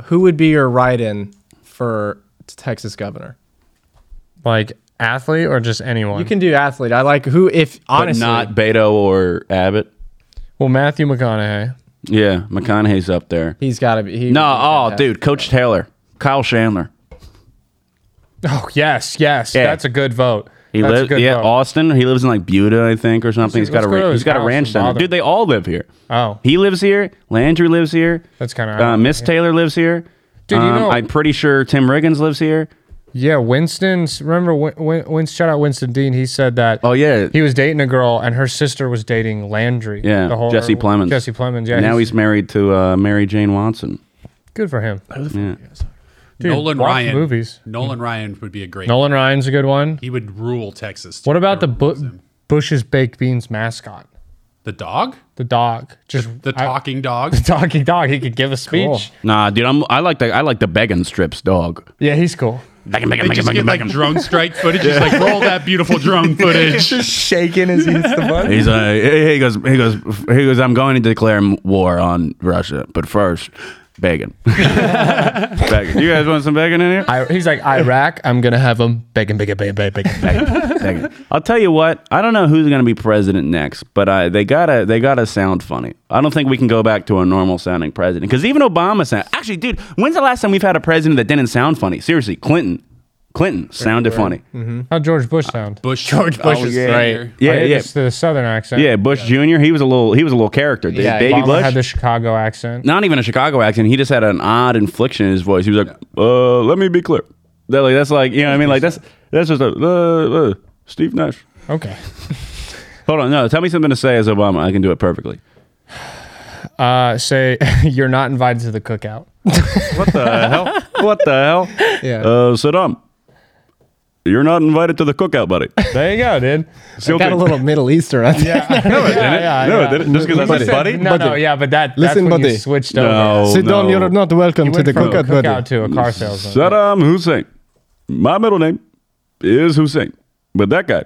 S4: who would be your write-in for Texas governor?
S1: like athlete or just anyone.
S4: You can do athlete. I like who. If
S2: But
S4: honestly,
S2: not Beto or Abbott.
S1: well, Matthew McConaughey.
S2: Yeah, McConaughey's up there.
S4: he's got to be. He
S2: No,
S4: would be
S2: oh,
S4: fantastic.
S2: dude, Coach Taylor, Kyle Chandler.
S1: Oh yes, yes,
S2: Yeah.
S1: that's a good vote.
S2: He
S1: that's a
S2: lives,
S1: good
S2: yeah,
S1: vote.
S2: Austin. He lives in like Buda, I think, or something.
S1: Let's-
S2: He's got a
S1: let's go
S2: ra-
S1: to
S2: he's
S1: his
S2: got a
S1: house
S2: ranch
S1: and
S2: down there.
S1: bother
S2: Dude, they all live here.
S1: Oh.
S2: he lives here. Landry lives here.
S1: That's kinda
S2: uh,
S1: ironic,
S2: Miss
S1: yeah.
S2: Taylor lives here. Um,
S1: Dude, you know-
S2: I'm pretty sure Tim Riggins lives here.
S1: Yeah, Winston's. Remember, Win, Win, Win- shout out Winston Dean. He said that.
S2: Oh, yeah.
S1: He was dating a girl, and her sister was dating Landry.
S2: Yeah, Jesse
S1: or-
S2: Plemons.
S1: Jesse Plemons. Yeah,
S2: now he's, married to uh, Mary Jane Watson.
S1: good for him.
S2: Yeah.
S1: Dude,
S3: Nolan
S1: watch
S3: Ryan.
S1: movies.
S3: Nolan Ryan would be a great.
S1: Nolan Ryan's a good one.
S3: He would rule Texas. too.
S1: What about the
S3: Everyone loves
S1: Bu-
S3: him.
S1: Bush's baked beans mascot,
S3: the dog?
S1: the dog? Just
S3: The
S1: I-
S3: talking dog?
S1: talking dog. He could give a speech.
S4: Cool.
S2: Nah, dude, I'm, I like the I like the Beggin strips dog.
S1: Yeah, he's cool.
S2: Beggin, Beggin,
S3: They
S2: Beggin,
S3: just
S2: Beggin,
S3: get like
S2: Beggin.
S3: drone strike footage. Just like roll that beautiful drone footage.
S1: Shaking as he hits the button.
S2: He's like, he he goes, he goes, he goes. I'm going to declare m- war on Russia, but first, bacon. bacon. You guys want some bacon in here?
S1: I, he's like Iraq. I'm gonna have him bacon, bacon, bacon, bacon, bacon.
S2: Bacon. Bacon. I'll tell you what. I don't know who's going to be president next, but I, they gotta they gotta sound funny. I don't think we can go back to a normal sounding president because even Obama sound. Actually, dude, when's the last time we've had a president that didn't sound funny? Seriously, Clinton. Clinton sounded funny.
S1: How George Bush sound?
S3: Bush. George Bush is
S2: Right.
S1: Oh,
S2: Yeah, yeah,
S1: just the southern accent.
S2: yeah. Bush Jr. He was a little he was a little character. dude.
S4: Yeah,
S2: Baby
S1: Obama
S2: Bush
S1: had the Chicago accent.
S2: not even a Chicago accent. He just had an odd inflection in his voice. He was like, "Uh, let me be clear." That like that's like you know what I mean like that's that's just a uh, uh, Steve Nash.
S1: Okay.
S2: Hold on, no, tell me something to say as Obama. I can do it perfectly.
S1: Uh, say you're not invited to the cookout.
S2: What the hell? What the hell?
S4: Yeah.
S2: Uh, Saddam, you're not invited to the cookout, buddy.
S1: There you go, dude.
S4: I got a little Middle Eastern. I think.
S1: no, it didn't.
S2: no, it didn't. Just 'cause I said buddy?
S1: No, no, yeah, but that that's
S4: Listen,
S1: when you
S4: buddy.
S1: switched over.
S2: No,
S4: Sit down.
S2: Oh, no.
S4: You're not welcome
S1: You
S4: to
S1: went
S4: the
S1: from
S4: cookout,
S1: cookout
S4: buddy.
S1: to a car salesman.
S2: Saddam Hussein. My middle name is Hussein, but that guy,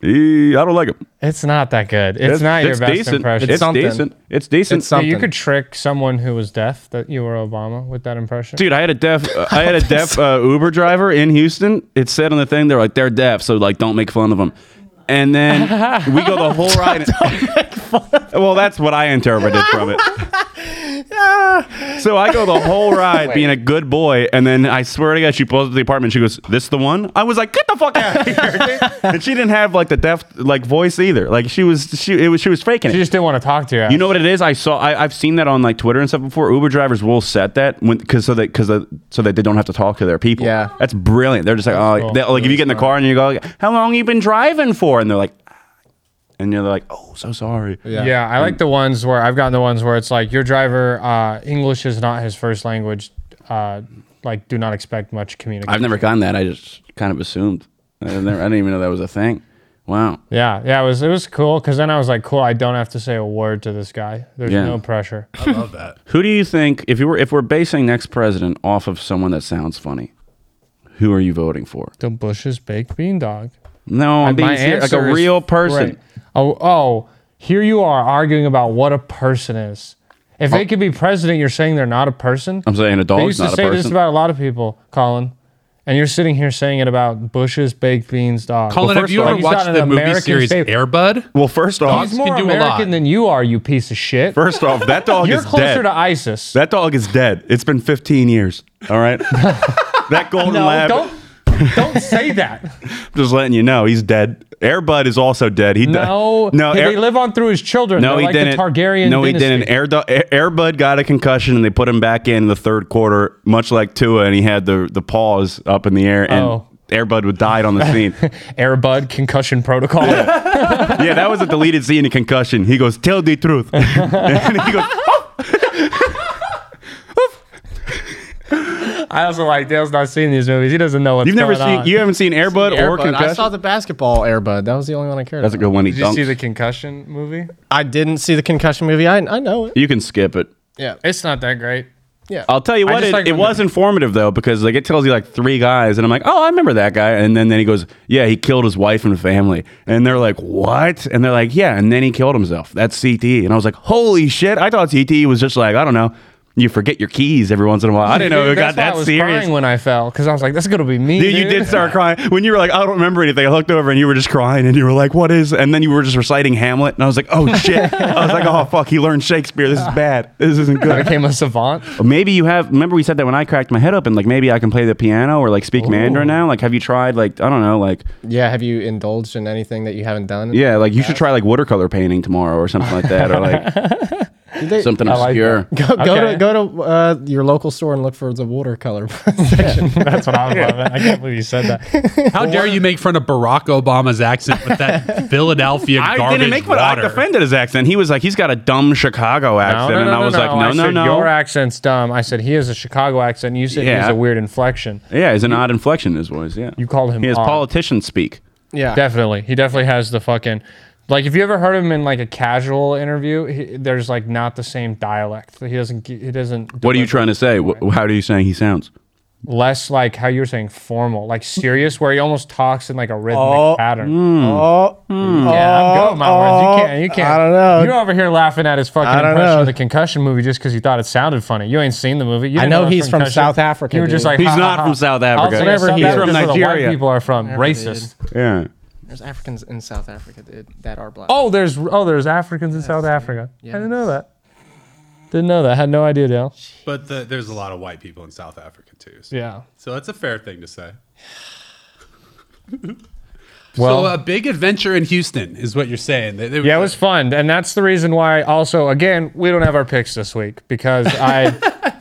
S2: he I don't like him.
S1: It's not that good. It's, not your best
S2: decent.
S1: impression.
S2: It's
S4: something.
S2: decent. It's decent.
S4: It's something.
S1: you could trick someone who was deaf that you were Obama with that impression.
S2: Dude, I had a deaf, uh, I had a deaf uh, Uber driver in Houston. It said on the thing, they're like, they're deaf, so like, don't make fun of them. And then we go the whole ride. well, that's what I interpreted from it. so I go the whole ride being a good boy, and then I swear to God, she pulls up to the apartment. She goes, "This the one?" I was like, "Get the fuck out!" of here. dude." and she didn't have like the deaf like voice either. Like she was, she it was, she was faking it.
S1: She just didn't want to talk to you.
S2: You know what it is? I saw. I, I've seen that on like Twitter and stuff before. Uber drivers will set that when because so they because so that they don't have to talk to their people.
S4: Yeah.
S2: that's brilliant. They're just like, oh,
S1: cool.
S2: they- like if you get in the car and you go, like, how long you been driving for? And they're like, "Ah." and you're like, oh, so sorry.
S1: Yeah. I like the ones where I've gotten the ones where it's like your driver uh, English is not his first language. Uh, like, do not expect much communication.
S2: I've never gotten that. I just kind of assumed. I didn't, I didn't even know that was a thing. Wow.
S1: yeah, yeah, it was it was cool because then I was like, cool, I don't have to say a word to this guy. There's
S2: Yeah.
S1: no pressure.
S3: I love that.
S2: Who do you think if you were if we're basing next president off of someone that sounds funny? Who are you voting for?
S1: The Bush's baked bean dog.
S2: No, I'm
S1: My
S2: being serious, like
S1: answer
S2: a
S1: is-
S2: real person.
S1: Right. Oh, oh, here you are arguing about what a person is. If
S2: Oh.
S1: they could be president, you're saying they're not a person.
S2: I'm saying a
S1: They
S2: dog's
S1: used to
S2: not a
S1: say
S2: person.
S1: this about a lot of people, Colin. And you're sitting here saying it about Bush's baked beans dog.
S3: Colin,
S2: Well,
S3: have
S2: first
S3: you
S2: of all,
S3: ever
S1: he's
S3: watched
S1: got an
S3: the movie
S1: American
S3: series
S1: favorite.
S3: Airbud?
S2: Well, first off,
S1: He's more
S3: can do a lot.
S1: American than you are, you piece of shit.
S2: first off, that dog
S1: you're
S2: is
S1: closer
S2: dead.
S1: to ISIS.
S2: that dog is dead. It's been 15 years. All right. that golden
S1: no,
S2: lab.
S1: don't don't say that.
S2: Just letting you know, he's dead. Airbud is also dead. He died-
S1: No,
S2: no.
S1: Did
S2: Air-
S1: they live on through his children.
S2: no,
S1: They're
S2: he
S1: like
S2: didn't.
S1: The Targaryen.
S2: no, he
S1: dynasty.
S2: didn't. Air, Airbud got a concussion, and they put him back in the third quarter, much like Tua, and he had the the paws up in the air, and
S1: Oh.
S2: Airbud would died on the scene.
S1: Airbud concussion protocol.
S2: yeah, that was a deleted scene in concussion. He goes, "Tell the truth," and he goes,
S1: I also like Dale's not seen these movies. He doesn't know what's
S2: "You've never
S1: going
S2: seen,
S1: on.
S2: you haven't seen Airbud or
S4: Airbud. I
S2: concussion."
S4: saw the basketball Airbud. That was the only one I cared.
S2: That's a
S4: about.
S2: good one. He
S1: Did you see
S2: dunked.
S1: the concussion movie?
S4: I didn't see the concussion movie. I I know it.
S2: you can skip it.
S4: Yeah,
S1: It's not that great.
S4: yeah.
S2: I'll tell you what,
S1: just
S2: it,
S1: like
S2: it
S1: when
S2: was informative though, because like it tells you like three guys, and I'm like, oh, I remember that guy, and then then he goes, yeah, he killed his wife and family, and they're like, what? And they're like, yeah, and then he killed himself. That's CTE, and I was like, holy shit, I thought CTE was just like I don't know, you forget your keys every once in a while. I didn't know it
S1: Dude,
S2: got
S1: that's why
S2: that
S1: I was
S2: serious.
S1: crying when I fell because I was like, "That's gonna be me."
S2: Dude,
S1: Dude,
S2: you did start crying when you were like, I don't remember anything. I looked over and you were just crying, and you were like, "What is?" And then you were just reciting Hamlet, and I was like, "Oh shit!" I was like, "Oh fuck!" He learned Shakespeare. This is bad. This isn't good.
S1: Became a savant.
S2: But Maybe you have. Remember, we said that when I cracked my head open, like maybe I can play the piano or like speak Mandarin
S1: Oh.
S2: now. Like, have you tried like I don't know, like
S4: yeah. Have you indulged in anything that you haven't done?
S2: yeah, like you should try like watercolor painting tomorrow or something like that, or like
S4: they-
S2: something
S1: like
S2: obscure.
S4: Go, go
S1: Okay.
S4: to go to uh, your local store and look for the watercolor.
S1: That's what I was. about. I can't believe you said that.
S3: How dare you make fun of Barack Obama's accent with that Philadelphia
S2: I
S3: garbage
S2: didn't make fun. I
S3: water?
S2: defended his accent. He was like, he's got a dumb Chicago accent, and I was like, no, no,
S1: said,
S2: no.
S1: Your accent's dumb. I said he has a Chicago accent. You said he has
S2: Yeah.
S1: a weird inflection.
S2: yeah, he's an odd inflection in his voice. Yeah,
S1: You called him
S2: He has
S1: odd.
S2: politician speak.
S4: yeah,
S1: Definitely, he definitely has the fucking. Like, if you ever heard him in like a casual interview, he, there's like not the same dialect. He doesn't. ge- He doesn't.
S2: What are you
S1: deliver.
S2: trying to say? Wh- How do you saying he sounds?
S1: Less like how you were saying formal, like serious, where he almost talks in like a rhythmic pattern.
S2: Hmm.
S4: Oh,
S1: Yeah, I'm good with my words. You
S4: oh,
S1: can't. You can't.
S4: I don't know.
S1: You're over here laughing at his fucking
S4: I don't
S1: impression
S4: know.
S1: of the concussion movie just because you thought it sounded funny. You ain't seen the movie. You
S4: I
S1: didn't
S4: know
S1: it was
S4: he's from
S1: Concussion.
S4: South Africa,
S1: You were just
S4: dude.
S1: like,
S2: He's
S1: ha,
S2: not
S1: ha,
S2: from
S1: ha.
S2: South
S1: I'll
S2: Africa.
S1: say
S4: Whatever
S1: South
S4: he
S1: Africa's
S4: is. He's
S2: from
S1: where the
S2: Nigeria.
S1: White people are from
S4: dude.
S1: racist.
S2: Yeah.
S4: there's Africans in South Africa dude, that are black.
S1: Oh, there's oh, there's Africans in South Africa. I didn't know that. Didn't know that. Had no idea, Dale.
S3: But the, there's a lot of white people in South Africa too. So,
S1: Yeah.
S3: so that's a fair thing to say.
S1: Well,
S2: uh,
S3: so a big adventure in Houston is what you're saying. They- they-
S1: yeah, it was fun, and that's the reason why. Also, again, we don't have our picks this week because I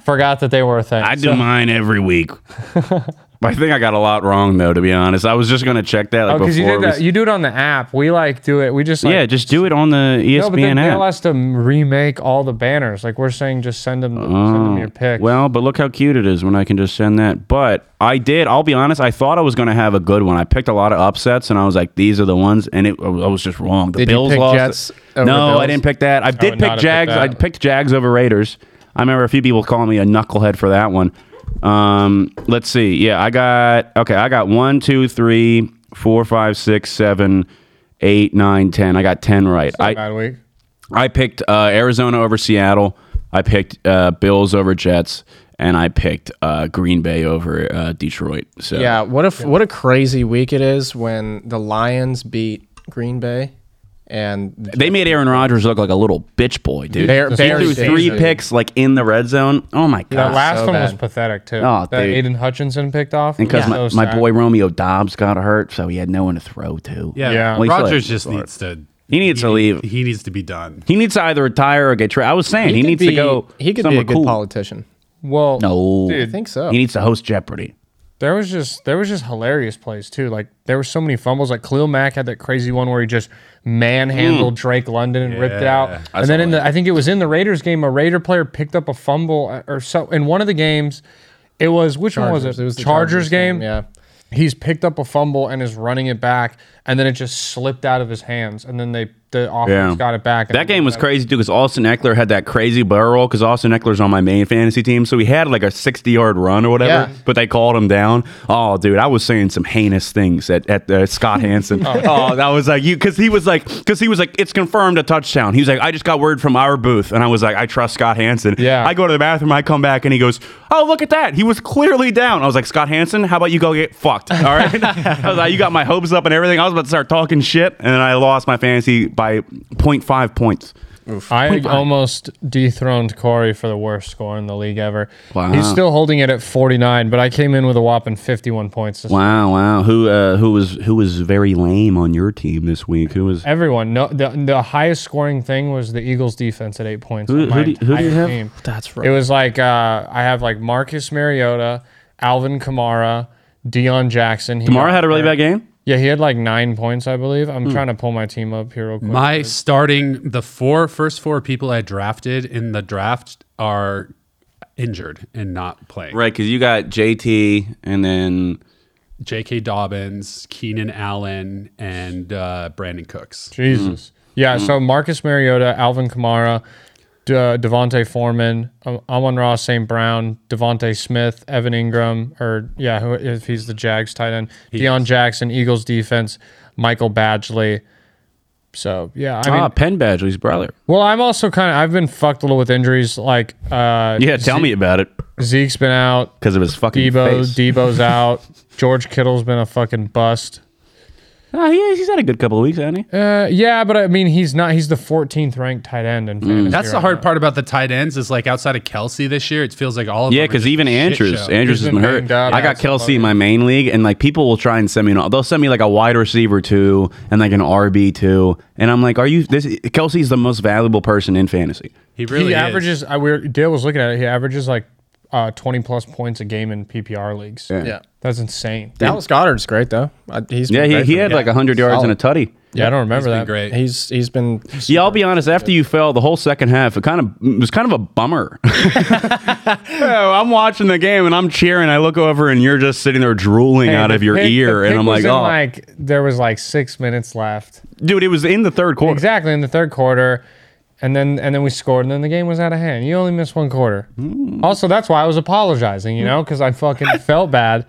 S1: forgot that they were a thing.
S2: I do mine every week. I think I got a lot wrong though, to be honest. I was just gonna check that like
S1: Oh, because you
S2: before.
S1: did
S2: we
S1: that. You do it on the app. We like do it. We just like,
S2: yeah, just do it on the E ESPN
S1: no, but then
S2: app.
S1: Dale has to remake all the banners. Like we're saying, just send them, send them your pick.
S2: Oh, Well, but look how cute it is when I can just send that. But I did. I'll be honest. I thought I was going to have a good one. I picked a lot of upsets, and I was like, "These are the ones." And it, I was just wrong. The
S4: Did you
S2: Bills
S4: pick
S2: lost.
S4: Jets
S2: no,
S4: over Bills?
S2: I didn't pick that. I did
S1: would
S2: pick
S1: not have picked
S2: Jags. I
S1: that.
S2: picked Jags over Raiders. I remember a few people calling me a knucklehead for that one. Um, let's see. Yeah, I got okay. I got one, two, three, four, five, six, seven, eight, nine, ten. I got ten right. I,
S1: bad week.
S2: I picked uh, Arizona over Seattle. I picked uh, Bills over Jets, and I picked uh, Green Bay over uh, Detroit. So
S4: yeah. What if what a crazy week it is when the Lions beat Green Bay, and
S2: they made Aaron Rodgers look like a little bitch boy, dude.
S4: Bear-
S2: he threw
S4: Bears
S2: three
S4: did.
S2: picks like in the red zone. Oh my
S1: That
S2: god!
S1: last
S4: so
S1: one was
S4: bad.
S1: pathetic too.
S2: Oh,
S1: that
S2: dude.
S1: Aiden Hutchinson picked off.
S2: Because
S1: It was so
S2: my, my
S1: sad.
S2: boy Romeo Dobbs got hurt, so he had no one to throw to.
S3: yeah.
S1: Yeah.
S2: Well, he still
S3: Rogers
S2: had-
S3: just needs to.
S2: He needs to leave.
S3: He needs to be done.
S2: He needs to either retire or get traded. I was saying he,
S4: could
S2: needs
S4: be-
S2: to go.
S4: He could be
S2: somewhere
S4: a good
S2: cool.
S4: politician.
S1: Well,
S2: No,
S1: Dude.
S4: I think so.
S2: He needs to host Jeopardy.
S1: There was just there was just hilarious plays too. Like there were so many fumbles. Like Khalil Mack had that crazy one where he just manhandled
S2: Mm.
S1: Drake London and ripped it out.
S3: Yeah.
S1: and then in the I think it was in the Raiders game, a Raider player picked up a fumble uh, or so in one of the games. It was which one was
S4: Chargers.
S1: it?
S4: It was the
S1: Chargers,
S4: Chargers
S1: game.
S4: game, yeah.
S1: He's picked up a fumble and is running it back, and then it just slipped out of his hands, and then they the offense
S2: Yeah.
S1: got it back. and
S2: That
S1: they
S2: game was
S1: ended up-
S2: crazy too because Austin Eckler had that crazy barrel roll because Austin Eckler's on my main fantasy team, so he had like a sixty yard run or whatever,
S1: Yeah.
S2: but they called him down. Oh, dude, I was saying some heinous things at, at uh, Scott Hansen. oh. that was like you because he was like because he was like it's confirmed a touchdown. He was like I just got word from our booth, and I was like I trust Scott Hansen.
S1: Yeah.
S2: I go to the bathroom, I come back, and he goes, Oh, look at that, he was clearly down. I was like Scott Hansen, how about you go get fucked? All right, I was like you got my hopes up and everything. I was about to start talking shit, and then I lost my fantasy by 0.5 points.
S1: I almost dethroned Corey for the worst score in the league ever.
S2: Wow.
S1: He's still holding it at 49, but I came in with a whopping 51 points. This
S2: Wow, wow. Who uh, who was who was very lame on your team this week? Who was
S1: Everyone, no, the, the highest scoring thing was the Eagles defense at eight points.
S2: Who-
S1: on my
S2: who do- who do you
S1: entire
S2: have?
S1: team.
S4: That's
S1: It was like uh, I have like Marcus Mariota, Alvin Kamara, Deion Jackson. He
S2: Kamara
S1: got
S2: had a really
S1: hurt.
S2: bad game?
S1: Yeah, he had like nine points, I believe.
S2: Hmm.
S1: I'm trying to pull my team up here real quick.
S3: My starting the four first four people I drafted in the draft are injured and not playing.
S2: Right, because you got JT and then
S3: J.K. Dobbins, Keenan Allen, and uh, Brandon Cooks.
S1: Jesus. Yeah,
S2: Hmm.
S1: so Marcus Mariota, Alvin Kamara, D- uh, Devontae Foreman, um, Amon Ross St. Brown, Devontae Smith, Evan Ingram, or yeah, who, if he's the Jags tight end, Deion Jackson, Eagles defense, Michael Badgley. So yeah, I mean,
S2: ah, Penn Badgley's brother.
S1: well, I'm also kind of I've been fucked a little with injuries. Like, uh,
S2: Yeah, tell me about it
S1: Zeke's been out,
S2: because of his fucking
S1: Debo,
S2: face.
S1: Debo's out, George Kittle's been a fucking bust.
S2: Ah, he, he's had a good couple of weeks, hasn't he?
S1: Uh, yeah, but I mean, he's not. He's the 14th ranked tight end
S2: Mm.
S1: in fantasy.
S3: That's the
S1: right
S3: hard part about the tight ends is like outside of Kelsey this year, it feels like all of
S2: Yeah,
S3: them are
S2: because
S3: just
S2: even
S3: shit
S2: Andrews,
S3: show.
S2: Andrews
S1: He's
S2: has
S1: been
S2: been hurt.
S1: banged up.
S2: I
S1: Yeah,
S2: got
S1: it's
S2: Kelsey
S1: fucking-
S2: in my main league, and like people will try and send me. An, they'll send me like a wide receiver two and like an RB two, and I'm like, are you this? Kelsey's the most valuable person in fantasy.
S3: He really
S1: he
S3: is.
S1: averages. I, we were, Dale was looking at it. He averages like uh, twenty plus points a game in PPR leagues.
S4: Yeah.
S1: that's insane.
S4: Dallas Goddard's great though. I, he's
S2: Yeah,
S4: been
S2: he,
S4: great
S2: he
S4: for
S2: had
S4: me.
S2: like hundred yards and a tutty.
S1: yeah, I don't remember
S3: He's been
S1: that.
S3: great.
S4: He's he's been
S2: Yeah, I'll be honest. After you fell, the whole second half, it kind of it was kind of a bummer. Yeah, I'm watching the game and I'm cheering. I look over and you're just sitting there drooling
S1: Hey,
S2: out
S1: the
S2: of your
S1: pick- the
S2: ear, and
S1: pick
S2: I'm
S1: was
S2: like,
S1: in,
S2: oh,
S1: like there was like six minutes left
S2: dude, it was in the third quarter.
S1: exactly in the third quarter. And then and then we scored, and then the game was out of hand. You only missed one quarter.
S2: Mm.
S1: Also, that's why I was apologizing, you know, because I fucking felt bad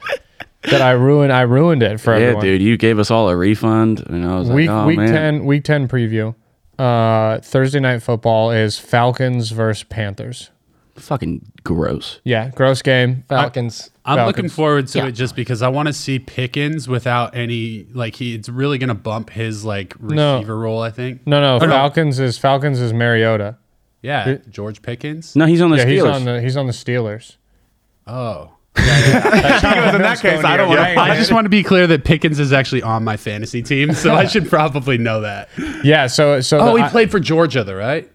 S1: that I ruined I ruined it for
S2: Yeah,
S1: everyone.
S2: dude, you gave us all a refund, and I was
S1: Week
S2: like, oh
S1: week
S2: man.
S1: ten week ten preview. Uh, Thursday night football is Falcons versus Panthers.
S2: fucking gross.
S1: Yeah, gross game. Uh,
S4: Falcons.
S3: I'm
S1: Falcons.
S3: looking forward to it just because I want to see Pickens without any like he. It's really gonna bump his like
S1: No.
S3: receiver role. I think.
S1: No, no,
S2: Oh,
S3: Or no.
S1: Falcons is Falcons is Mariota.
S3: Yeah, George Pickens.
S2: No, he's on the
S1: Yeah,
S2: Steelers.
S1: he's on the he's on the Steelers.
S3: Oh,
S2: in that case, I don't want
S3: I just want to be clear that Pickens is actually on my fantasy team, so I should probably know that.
S1: Yeah, so so
S3: Oh,
S1: the-
S3: he
S1: I-
S3: played for Georgia, though, right?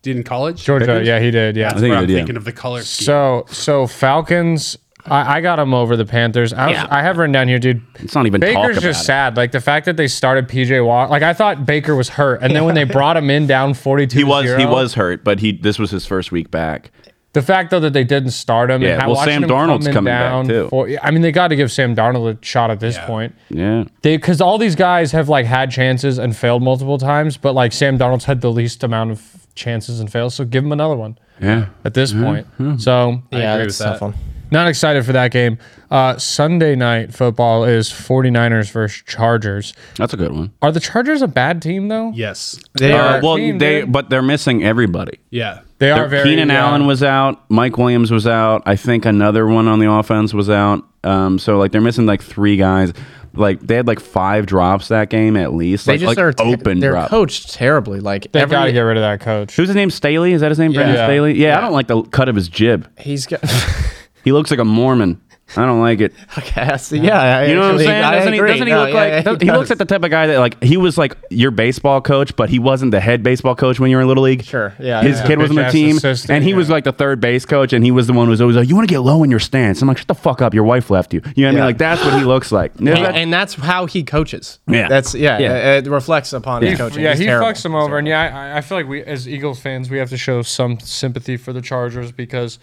S3: Did in college.
S1: Georgia. Yeah, he did. Yeah.
S3: That's
S2: I think
S3: where
S2: he
S3: I'm
S2: did, yeah.
S3: thinking of the color. scheme.
S1: So so Falcons. I, I got them over the Panthers. I, was, I have written down here, dude.
S2: Let's not even talk
S1: Baker's
S2: about
S1: just
S2: it.
S1: sad. Like the fact that they started PJ Walker. Like I thought Baker was hurt, and then when they brought him in down forty two,
S2: He was he was hurt, but he this was his first week back.
S1: The fact though that they didn't start him.
S2: Yeah,
S1: and how-
S2: well,
S1: watching
S2: Sam
S1: him
S2: Darnold's
S1: coming
S2: coming back,
S1: down
S2: too.
S1: for- I mean, they got to give Sam Darnold a shot at this
S3: Yeah.
S1: point.
S2: Yeah.
S1: they because all these guys have like had chances and failed multiple times, but like Sam Donald's had the least amount of chances and fails. So give him another one
S2: Yeah.
S1: at this point.
S2: Mm-hmm.
S1: So
S4: yeah,
S3: agree
S4: that's
S3: with
S4: a tough
S3: that.
S4: one.
S1: not excited for that game. Uh, Sunday night football is 49ers versus Chargers.
S2: That's a good one.
S1: Are the Chargers a bad team though?
S3: yes,
S4: They
S1: Yeah.
S2: Uh,
S1: Our
S2: well,
S1: team,
S2: they
S1: dude.
S2: but they're missing everybody.
S3: yeah.
S1: They are
S2: Their-
S1: very.
S2: Keenan
S1: yeah.
S2: Allen was out. Mike Williams was out. I think another one on the offense was out. Um, so like they're missing like three guys. Like they had like five drops that game at least.
S4: They
S2: like,
S4: just
S2: like,
S4: are te-
S2: open
S4: They're
S2: drop.
S4: coached terribly. Like
S1: They
S4: every
S1: gotta get rid of that coach.
S2: Who's his name? Staley? Is that his name? Brandon
S1: Yeah.
S2: Staley? Yeah, I don't like the cut of his jib.
S4: he's got.
S2: He looks like a Mormon. I don't like it.
S4: okay, I see. Yeah, I
S2: You know what I'm
S4: actually-
S2: saying?
S4: I
S2: Doesn't he,
S4: agree.
S2: doesn't he
S4: No,
S2: look
S4: yeah,
S2: like
S4: yeah,
S2: he, looks
S4: does.
S2: like the type of guy that like he was like your baseball coach, but he wasn't the head baseball coach when you were in little league.
S4: Sure, yeah,
S2: his
S4: yeah.
S2: kid was on the
S1: Bitch-ass
S2: team,
S1: assistant,
S2: and he
S1: yeah.
S2: was like the third base coach, and he was the one who was always like, "You want to get low in your stance." I'm like, "Shut the fuck up! Your wife left you." You know what I mean?
S4: Yeah.
S2: Like that's what he looks like. Yeah,
S4: And,
S2: that-
S4: and that's how he coaches.
S2: Yeah.
S4: that's yeah.
S2: Yeah.
S4: It, it reflects upon his coaching.
S1: Yeah,
S4: He's
S1: he
S4: terrible.
S1: fucks them over, and yeah, I, I feel like we as Eagles fans we have to show some sympathy for the Chargers because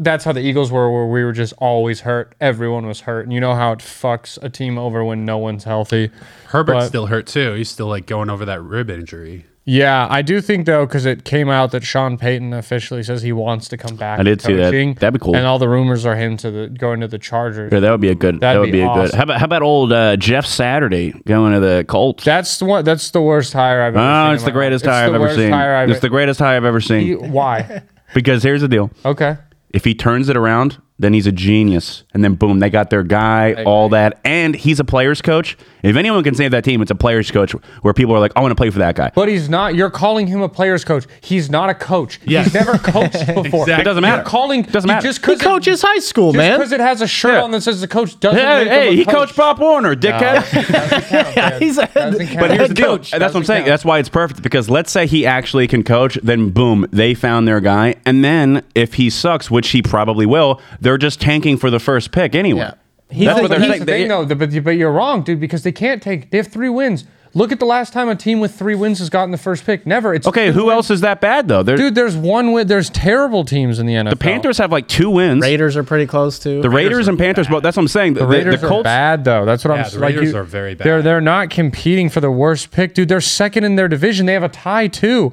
S1: that's how the Eagles were, where we were just always hurt. Everyone was hurt, and you know how it fucks a team over when no one's healthy.
S3: Herbert's
S1: But-
S3: still hurt too. He's still like going over that rib injury.
S1: Yeah, I do think though, because it came out that Sean Payton officially says he wants to come back.
S2: I did
S1: to
S2: see that.
S1: coaching,
S2: That'd be cool.
S1: And all the rumors are him to the going to the Chargers.
S2: Yeah, that would be a good. that
S1: That'd
S2: would be,
S1: be
S2: a good.
S1: awesome.
S2: How about how about old uh, Jeff Saturday going to the Colts?
S1: That's the one. That's the worst hire I've ever. seen
S2: oh,
S1: in
S2: it's
S1: my
S2: the greatest
S1: life.
S2: hire I've
S1: It's the
S2: ever
S1: worst
S2: seen.
S1: hire I've
S2: It's the greatest hire I've ever
S1: e-
S2: seen.
S1: Why?
S2: Because here's the deal:
S1: Okay.
S2: if he turns it around, then he's a genius, and then boom, they got their guy, all that, and he's a players' coach. If anyone can save that team, it's a players' coach where people are like, "I want to play for that guy."
S1: But he's not. You're calling him a player's coach. He's not a coach.
S3: Yes.
S1: He's never coached before.
S3: Exactly. It
S2: doesn't
S1: You're
S2: matter.
S1: calling
S2: Doesn't
S1: you
S2: matter.
S1: Just
S4: He
S1: because
S4: coaches high school,
S1: just
S4: man.
S1: because it has a shirt
S2: Yeah.
S1: on that says the coach doesn't.
S2: Hey,
S1: make him
S2: hey,
S1: a
S2: he
S1: coach.
S2: coached Pop Warner, dickhead.
S1: Yeah,
S4: He's a-
S2: But here's the deal. That's what
S4: Coach.
S2: I'm
S1: Doesn't
S2: saying.
S1: count.
S2: That's why it's perfect because let's say he actually can coach, then boom, they found their guy. And then if he sucks, which he probably will, they're just tanking for the first pick anyway.
S4: Yeah. He's
S2: That's
S4: a-
S2: what they're
S1: Here's
S2: saying.
S1: the
S2: They-
S1: thing, though, th- but, but you're wrong, dude, because they can't take. They have three wins. Look at the last time a team with three wins has gotten the first pick. Never. It's
S2: okay, who else is that bad though? They're,
S1: dude? There's one win. There's terrible teams in the NFL.
S2: the Panthers have like two wins.
S4: Raiders are pretty close to.
S2: the Raiders and Panthers, but that's what I'm saying. The,
S1: The
S2: the- the
S1: Raiders are
S2: Colts.
S1: bad though. That's what I'm
S3: Yeah,
S1: s-
S3: the
S1: like.
S3: Raiders
S1: you-
S3: are very bad.
S1: They're they're not competing for the worst pick, dude. They're second in their division. They have a tie too.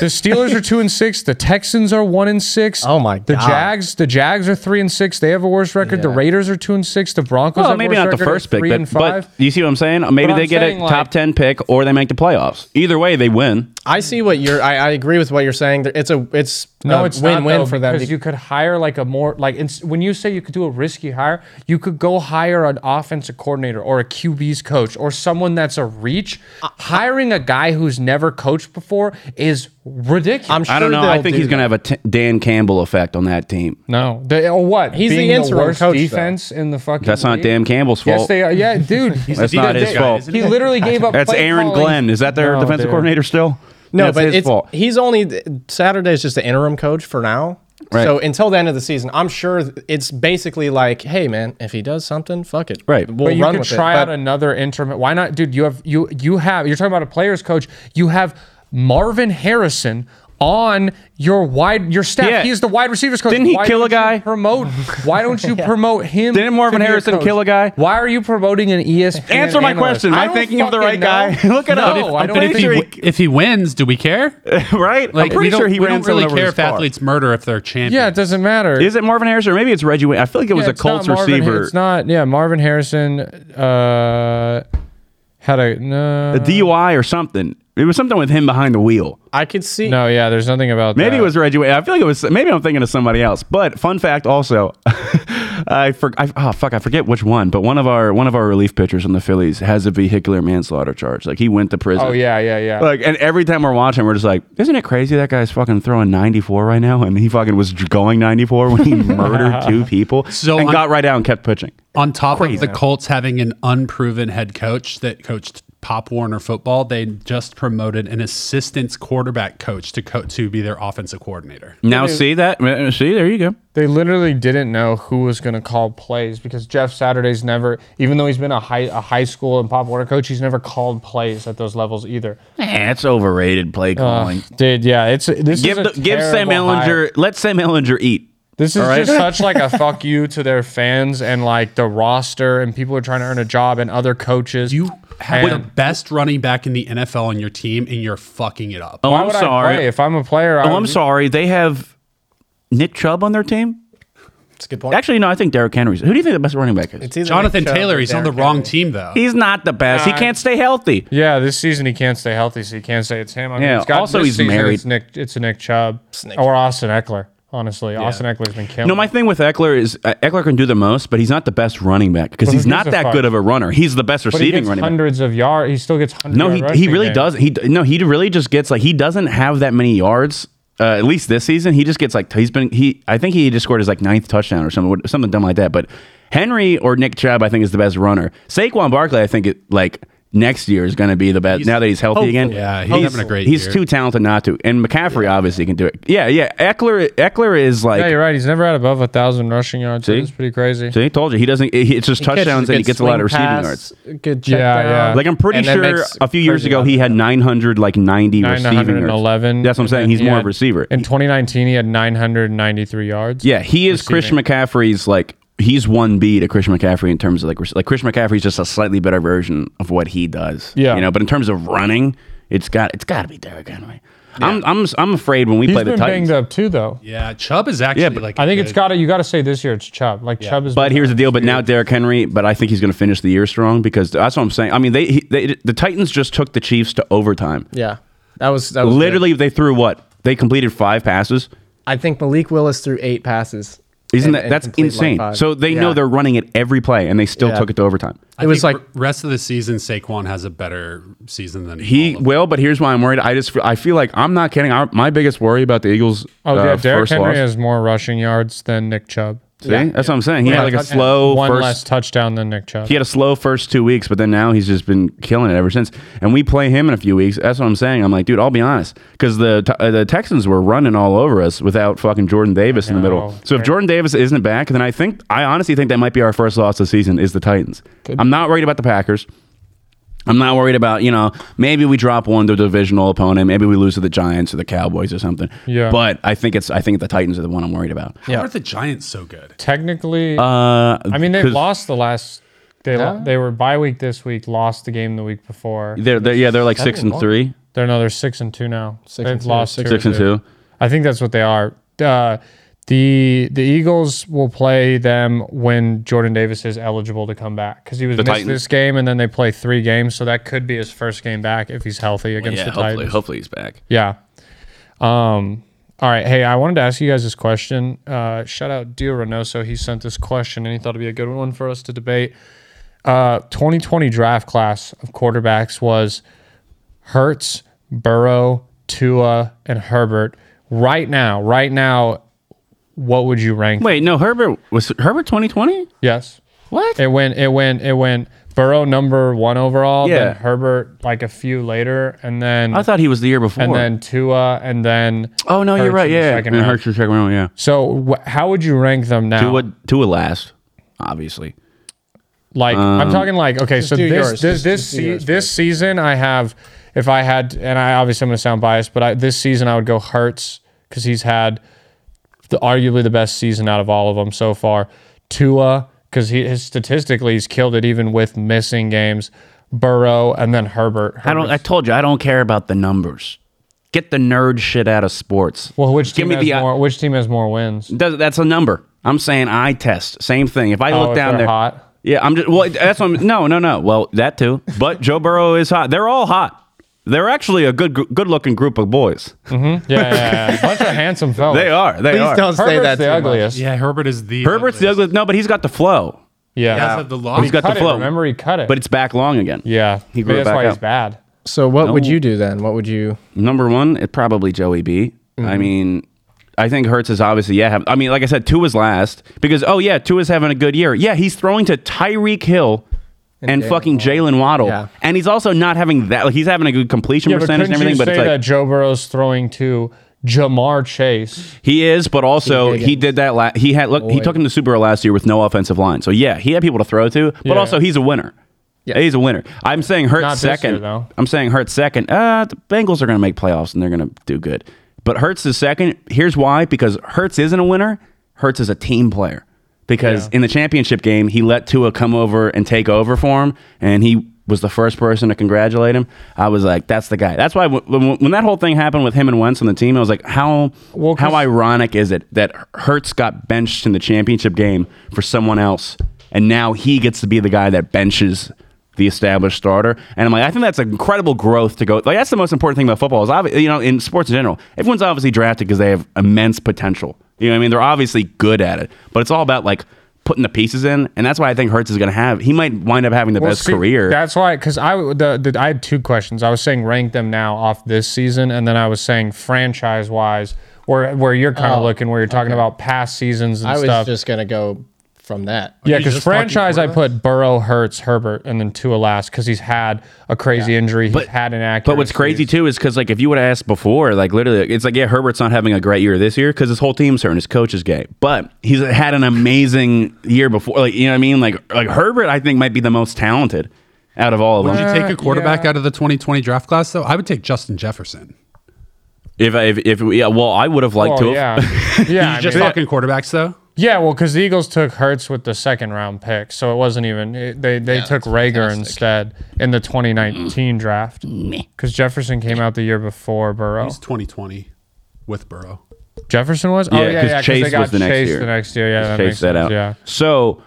S1: the Steelers are two and six. The Texans are one and six.
S4: Oh, my
S1: The
S4: God.
S1: Jags. The Jags are three and six. They have a worse record. The
S4: Yeah.
S1: Raiders are two and six. The Broncos.
S2: Well,
S1: have
S2: maybe
S1: worse
S2: not the
S1: record at
S2: first pick,
S1: Three
S2: but,
S1: and five.
S2: but you see what I'm saying? Maybe
S1: But
S2: they
S1: I'm
S2: get a
S1: saying, like-
S2: top 10 pick or they make the playoffs. Either way, they win.
S4: I see what you're. I, I agree with what you're saying. There- It's a. It's
S1: No,
S4: a
S1: it's
S4: win win
S1: not, though,
S4: Uh, for them.
S1: because you could hire like a more like ins- when you say you could do a risky hire, you could go hire an offensive coordinator or a QB's coach or someone that's a reach. Hiring a guy who's never coached before is ridiculous.
S4: I'm sure.
S2: I don't know. I
S4: they'll
S2: think
S4: do
S2: he's going to
S4: that.
S2: have a t- Dan Campbell effect on that team.
S1: no, they, or uh, what?
S4: He's the
S1: Being
S4: interim
S1: worst
S4: coach, though.
S1: defense in the fucking.
S2: That's not
S1: league?
S2: Dan Campbell's fault.
S1: Yes, they are. Yeah, dude,
S2: That's not his
S1: they-
S2: fault.
S1: He literally gave up.
S2: That's
S1: play
S2: Aaron
S1: calling.
S2: Glenn. Is that their
S1: No,
S2: defensive
S1: dude.
S2: coordinator still?
S4: No,
S2: That's
S4: but
S2: his
S4: it's
S2: fault.
S4: he's only Saturday's just the interim coach for now.
S2: Right.
S4: So until the end of the season, I'm sure th- it's basically like, hey man, if he does something, fuck it.
S2: Right.
S4: We'll
S1: but you
S4: run
S1: could
S4: with
S1: try
S4: it.
S1: out
S4: But
S1: another interim. Why not, dude? You have you you have. You're talking about a players coach. You have Marvin Harrison on your wide your staff.
S2: Yeah.
S1: He is the wide receivers coach.
S2: Didn't he
S1: Why
S2: kill a
S1: don't you
S2: guy?
S1: Promote. Why don't you promote him?
S2: Didn't
S1: to
S2: Marvin
S1: be your
S2: Harrison
S1: coach?
S2: kill a guy?
S1: Why are you promoting an E ESPN?
S2: Answer my
S1: analyst?
S2: question. Am I
S1: don't
S2: thinking of the
S1: fucking
S2: right
S1: know.
S2: guy? Look it
S1: no,
S2: up.
S1: I
S2: I'm
S1: don't
S2: pretty
S1: think
S2: sure
S1: he-
S2: he-
S3: If he wins, do we care?
S2: right?
S3: Like,
S2: I'm
S3: we
S2: pretty
S3: don't,
S2: sure he
S3: we
S2: ran
S3: don't really
S2: someone over
S3: care
S2: his
S3: if
S2: car.
S3: athletes murder if they're champions.
S1: Yeah, it doesn't matter.
S2: Is it Marvin Harrison or maybe it's Reggie? Wayne? I feel like it was
S1: Yeah,
S2: a
S1: it's not
S2: Colts
S1: Marvin-
S2: receiver.
S1: it's not. Yeah, Marvin Harrison uh, had a no.
S2: a DUI or something. It was something with him behind the wheel.
S4: I could see.
S1: no, yeah. There's nothing about
S2: Maybe
S1: that.
S2: it was Reggie. Wayne. I feel like it was. Maybe I'm thinking of somebody else. But fun fact, also, I for I, oh fuck, I forget which one. But one of our one of our relief pitchers on the Phillies has a vehicular manslaughter charge. Like he went to prison.
S1: Oh yeah, yeah, yeah.
S2: Like, and every time we're watching, we're just like, isn't it crazy that guy's fucking throwing 94 right now? And he fucking was going 94 when he murdered two people
S3: So
S2: and
S3: un-
S2: got right down and kept pitching.
S3: On top of the Colts having an unproven head coach that coached Pop Warner football, they just promoted an assistant quarterback coach to co- to be their offensive coordinator.
S2: Now, see that? Uh, See, there you go.
S1: They literally didn't know who was going to call plays because Jeff Saturday's never, even though he's been a high a high school and pop water coach, he's never called plays at those levels either.
S2: That's Eh, overrated play calling.
S1: Dude, yeah, it's this
S2: give
S1: is a
S2: the, give Sam
S1: terrible
S2: Ellinger,
S1: hire.
S2: let Sam Ellinger eat.
S1: This is
S2: all right?
S1: just such like a fuck you to their fans and like the roster and people who are trying to earn a job and other coaches.
S3: You have the
S1: And-
S3: best running back in the NFL on your team, and you're fucking it up.
S2: Oh,
S1: Why
S2: I'm
S1: would I play?
S2: sorry.
S1: If I'm a player, I
S2: Oh,
S1: would-
S2: I'm sorry. They have Nick Chubb on their team.
S4: It's a good point.
S2: Actually, no, I think Derrick Henry's. Who do you think the best running back is?
S4: It's either
S3: Jonathan
S4: Nick Chubb
S3: Taylor,
S4: or
S3: he's on the
S4: Derrick
S3: wrong
S4: Henry.
S3: team though.
S2: He's not the best. he
S1: Nah.
S2: can't stay healthy.
S1: Yeah, this season he can't stay healthy, so you can't say it's him. I mean,
S2: Yeah,
S1: it's got-
S2: also
S1: this
S2: he's
S1: season
S2: married.
S1: It's Nick, it's Nick Chubb
S4: Nick
S1: or Austin Eckler. Honestly, Austin Eckler's been killing.
S2: No, my thing with Eckler is uh, Eckler can do the most, but he's not the best running back because
S1: who
S2: he's not
S1: gives a
S2: that
S1: fuck?
S2: good of a runner. He's the best
S1: But he
S2: receiving
S1: gets
S2: running back.
S1: hundreds of yards. He still gets hundreds.
S2: No, he he really doesn't. He d- no, he really just gets like he doesn't have that many yards. Uh, at least this season, he just gets like he's been he. I think he just scored his like ninth touchdown or something, something dumb like that. But Henry or Nick Chubb, I think, is the best runner. Saquon Barkley, I think, it, like next year is going to be the best. Now that he's healthy again,
S3: Yeah, he's having a great
S2: He's
S3: year.
S2: too talented not to. And McCaffrey obviously can do it. Yeah, yeah. Eckler, Eckler is like.
S1: yeah, you're right. He's never had above a thousand rushing yards.
S2: See?
S1: It's pretty crazy.
S2: So he told you he doesn't. he- It's just touchdowns and he gets a lot of receiving yards.
S4: yards. Good
S1: Yeah,
S4: check down.
S1: yeah.
S2: Like I'm pretty
S4: And that
S2: sure
S4: makes
S2: a few years
S4: crazy
S2: ago he had 900 like 90 receiving yards.
S1: 911.
S2: That's what I'm saying. He's
S1: He
S2: more of
S1: had-
S2: a receiver.
S1: In 2019, he had 993 yards.
S2: Yeah, he is Christian McCaffrey's like he's one B to Christian McCaffrey in terms of like rec- like Christian McCaffrey's just a slightly better version of what he does.
S1: Yeah.
S2: you know, but in terms of running, it's got it's got to be Derrick Henry. I'm I'm I'm afraid when we
S1: He's
S2: play the
S1: been banged
S2: Titans.
S1: up too, though.
S3: Yeah, Chubb is actually
S2: Yeah, but
S3: like.
S1: I think
S3: a
S1: it's
S3: good-
S1: got to, you got to say this year it's Chubb. Like, Chubb is.
S2: But here's the deal. But now Derrick Henry. But I think he's going to finish the year strong because that's what I'm saying. I mean, they, he, they the Titans just took the Chiefs to overtime.
S4: Yeah. That was, that was good.
S2: Literally, they threw what they completed five passes.
S4: I think Malik Willis threw eight passes.
S2: Isn't
S4: and-
S2: that
S4: and
S2: that's
S4: completed, like,
S2: insane?
S4: five.
S2: so they know
S4: Yeah.
S2: they're running it every play, and they still
S4: Yeah.
S2: took it to overtime.
S3: I
S4: It was
S3: think
S4: like-
S3: r- rest of the season. Saquon has a better season than
S2: He
S3: all of
S2: will, but here's why I'm worried. I just feel, I feel like I'm not kidding. I, my biggest worry about the Eagles.
S1: Oh,
S2: uh,
S1: yeah. Derrick
S2: first
S1: Henry
S2: loss-
S1: has more rushing yards than Nick Chubb.
S2: See, that's what I'm saying. He had like a
S1: Touchdown.
S2: slow
S1: One
S2: first.
S1: less touchdown than Nick Chubb.
S2: He had a slow first two weeks, but then now he's just been killing it ever since. And we play him in a few weeks. That's what I'm saying. I'm like, dude, I'll be honest, because the T- uh, the Texans were running all over us without fucking Jordan Davis in the middle.
S1: know.
S2: So if Jordan Davis isn't back, then I think I honestly think that might be our first loss of the season is the Titans. I'm not worried about the Packers. I'm not worried about, you know, maybe we drop one to a divisional opponent, maybe we lose to the Giants or the Cowboys or something.
S1: Yeah.
S2: But I think it's I think the Titans are the one I'm worried about.
S3: them. How are the Giants so good?
S1: Technically,
S2: Uh,
S1: I mean, they
S2: 'cause
S1: lost the last. They, lo- they were bye week this week, lost the game the week before.
S2: They're, they're yeah, they're like six and three,
S1: They're no, they're six and two now.
S4: Six
S1: They've
S4: and two,
S1: lost
S4: six
S1: two.
S2: six and two.
S1: I think that's what they are. Uh, the The Eagles will play them when Jordan Davis is eligible to come back because he was missed
S2: Titans.
S1: this game, and then they play three games, so that could be his first game back if he's healthy against the Titans.
S2: hopefully he's back.
S1: Yeah. Um. All right. Hey, I wanted to ask you guys this question. Uh, shout out Dio Reynoso. He sent this question, and he thought it'd be a good one for us to debate. Uh, 2020 draft class of quarterbacks was Hertz, Burrow, Tua, and Herbert. Right now, right now, what would you rank?
S2: Wait, no, Herbert was Herbert 2020?
S1: Yes.
S2: What?
S1: It went. It went. It went. Burrow number one overall.
S2: Yeah.
S1: Then Herbert like a few later, and then
S2: I thought he was the year before.
S1: and then Tua, and then
S2: oh no, you're
S1: Hurts in
S2: right.
S1: the
S2: Yeah,
S1: second
S2: and
S1: round.
S2: Hurts in the second round. Yeah,
S1: So wh- how would you rank them now?
S2: Tua Tua last, obviously.
S1: like
S2: um,
S1: I'm talking like okay, so
S4: do
S1: this
S4: yours.
S1: this
S4: Just-
S1: this
S4: just do
S1: se-
S4: yours
S1: this season I have if I had and I obviously I'm going to sound biased, but I, this season I would go Hurts because he's had the arguably the best season out of all of them so far. Tua because he his, statistically he's killed it even with missing games. Burrow and then Herbert.
S2: I don't. I told you I don't care about the numbers. Get the nerd shit out of sports.
S1: well, which team
S2: give me
S1: has
S2: the- uh,
S1: more? Which team has more wins?
S2: Does- that's a number. I'm saying eye test. Same thing. If I
S1: Oh,
S2: look
S1: if
S2: down
S1: they're
S2: there,
S1: hot.
S2: Yeah, I'm just. Well, that's what I'm. No, no, no. Well, that too. But Joe Burrow is hot. They're all hot. They're actually a good, good looking group of boys.
S1: Yeah, yeah, yeah. bunch of handsome fellas.
S2: They are. They
S4: Please
S2: are.
S4: don't say
S1: Herbert's
S4: that.
S1: the
S4: too much.
S1: ugliest.
S3: Yeah, Herbert is the
S2: Herbert's the ugliest. No, but he's got the flow.
S1: Yeah,
S3: He does have the long-
S2: He's got
S1: cut
S2: the
S1: it,
S2: flow.
S1: Remember, he cut it.
S2: But it's back long again.
S1: Yeah,
S2: He
S1: he
S2: grew it
S1: that's
S2: back
S1: why
S2: out.
S1: he's bad.
S4: So what would
S2: No.
S4: you do then? What would you?
S2: Number one, it probably Joey B. I mean, I think Hertz is obviously yeah. Have, I mean, like I said, Tua's last because oh yeah, Tua's having a good year. Yeah, he's throwing to Tyreek Hill. And,
S4: Jalen
S2: fucking Jalen Waddle,
S4: Yeah.
S2: and he's also not having that. Like he's having a good completion
S1: Yeah, but
S2: percentage
S1: couldn't
S2: and
S1: you
S2: everything, but
S1: say
S2: it's
S1: that
S2: like
S1: Joe Burrow's throwing to Jamar Chase?
S2: he is. But also he
S4: Higgins.
S2: did that. La- he had look. He
S4: Boy.
S2: took him to Super Bowl last year with no offensive line. So yeah, he had people to throw to. But
S1: Yeah.
S2: also he's a winner.
S4: Yeah.
S2: he's a winner. I'm saying Hurts
S1: Not this year,
S2: second.
S1: though.
S2: I'm saying Hurts second. Uh, the Bengals are going to make playoffs and they're going to do good. But Hurts is second. Here's why: because Hurts isn't a winner. Hurts is a team player. Because in the championship game, he let Tua come over and take over for him, and he was the first person to congratulate him. I was like, "That's the guy." That's why when, when, when that whole thing happened with him and Wentz on the team, I was like, "How
S1: Well, 'cause-
S2: how ironic is it that Hurts got benched in the championship game for someone else, and now he gets to be the guy that benches the established starter. And I'm like, I think that's incredible growth to go. Like that's the most important thing about football is obviously, you know, in sports in general, everyone's obviously drafted because they have immense potential. You know, what I mean, they're obviously good at it, but it's all about like putting the pieces in, and that's why I think Hurts is going to have. He might wind up having the
S1: Well,
S2: best
S1: see,
S2: career.
S1: That's why, because I w- the, the I had two questions. I was saying rank them now off this season, and then I was saying franchise wise, where where you're kind of
S4: Oh,
S1: looking, where you're talking about past seasons and
S4: I was
S1: stuff.
S4: just gonna go from that.
S1: Yeah,
S3: you
S1: because
S3: just talking
S1: franchise,
S3: for
S1: I
S3: us?
S1: put Burrow, Hurts, Herbert, and then Tua last because he's had a crazy injury. He's had an act.
S2: But what's crazy too is because like if you would have asked before, like literally, it's like yeah, Herbert's not having a great year this year because his whole team's hurt, and his coach is gay. But he's had an amazing year before, like you know what I mean. Like like Herbert, I think might be the most talented out of all of
S3: Would
S2: them.
S3: you take a quarterback out of the 2020 draft class though? I would take Justin Jefferson.
S2: If I- if if yeah, well, I would have liked
S1: Oh,
S2: to. Have,
S1: yeah,
S3: You
S1: yeah, I
S3: just
S1: mean-
S3: talking quarterbacks though.
S1: yeah. Well, because the Eagles took Hurts with the second round pick, so it wasn't even it- they they took Rager instead in the
S2: Mm.
S1: 2019 draft because Jefferson came out the year before Burrow.
S2: Oh.
S3: He's 2020 with Burrow.
S1: Jefferson was oh
S2: Yeah,
S1: yeah yeah
S2: 'cause
S1: 'cause
S2: Chase
S1: they got
S2: was the next
S1: Chase
S2: year.
S1: the next year yeah that
S2: chase
S1: makes
S2: that
S1: sense,
S2: out.
S1: yeah
S2: So,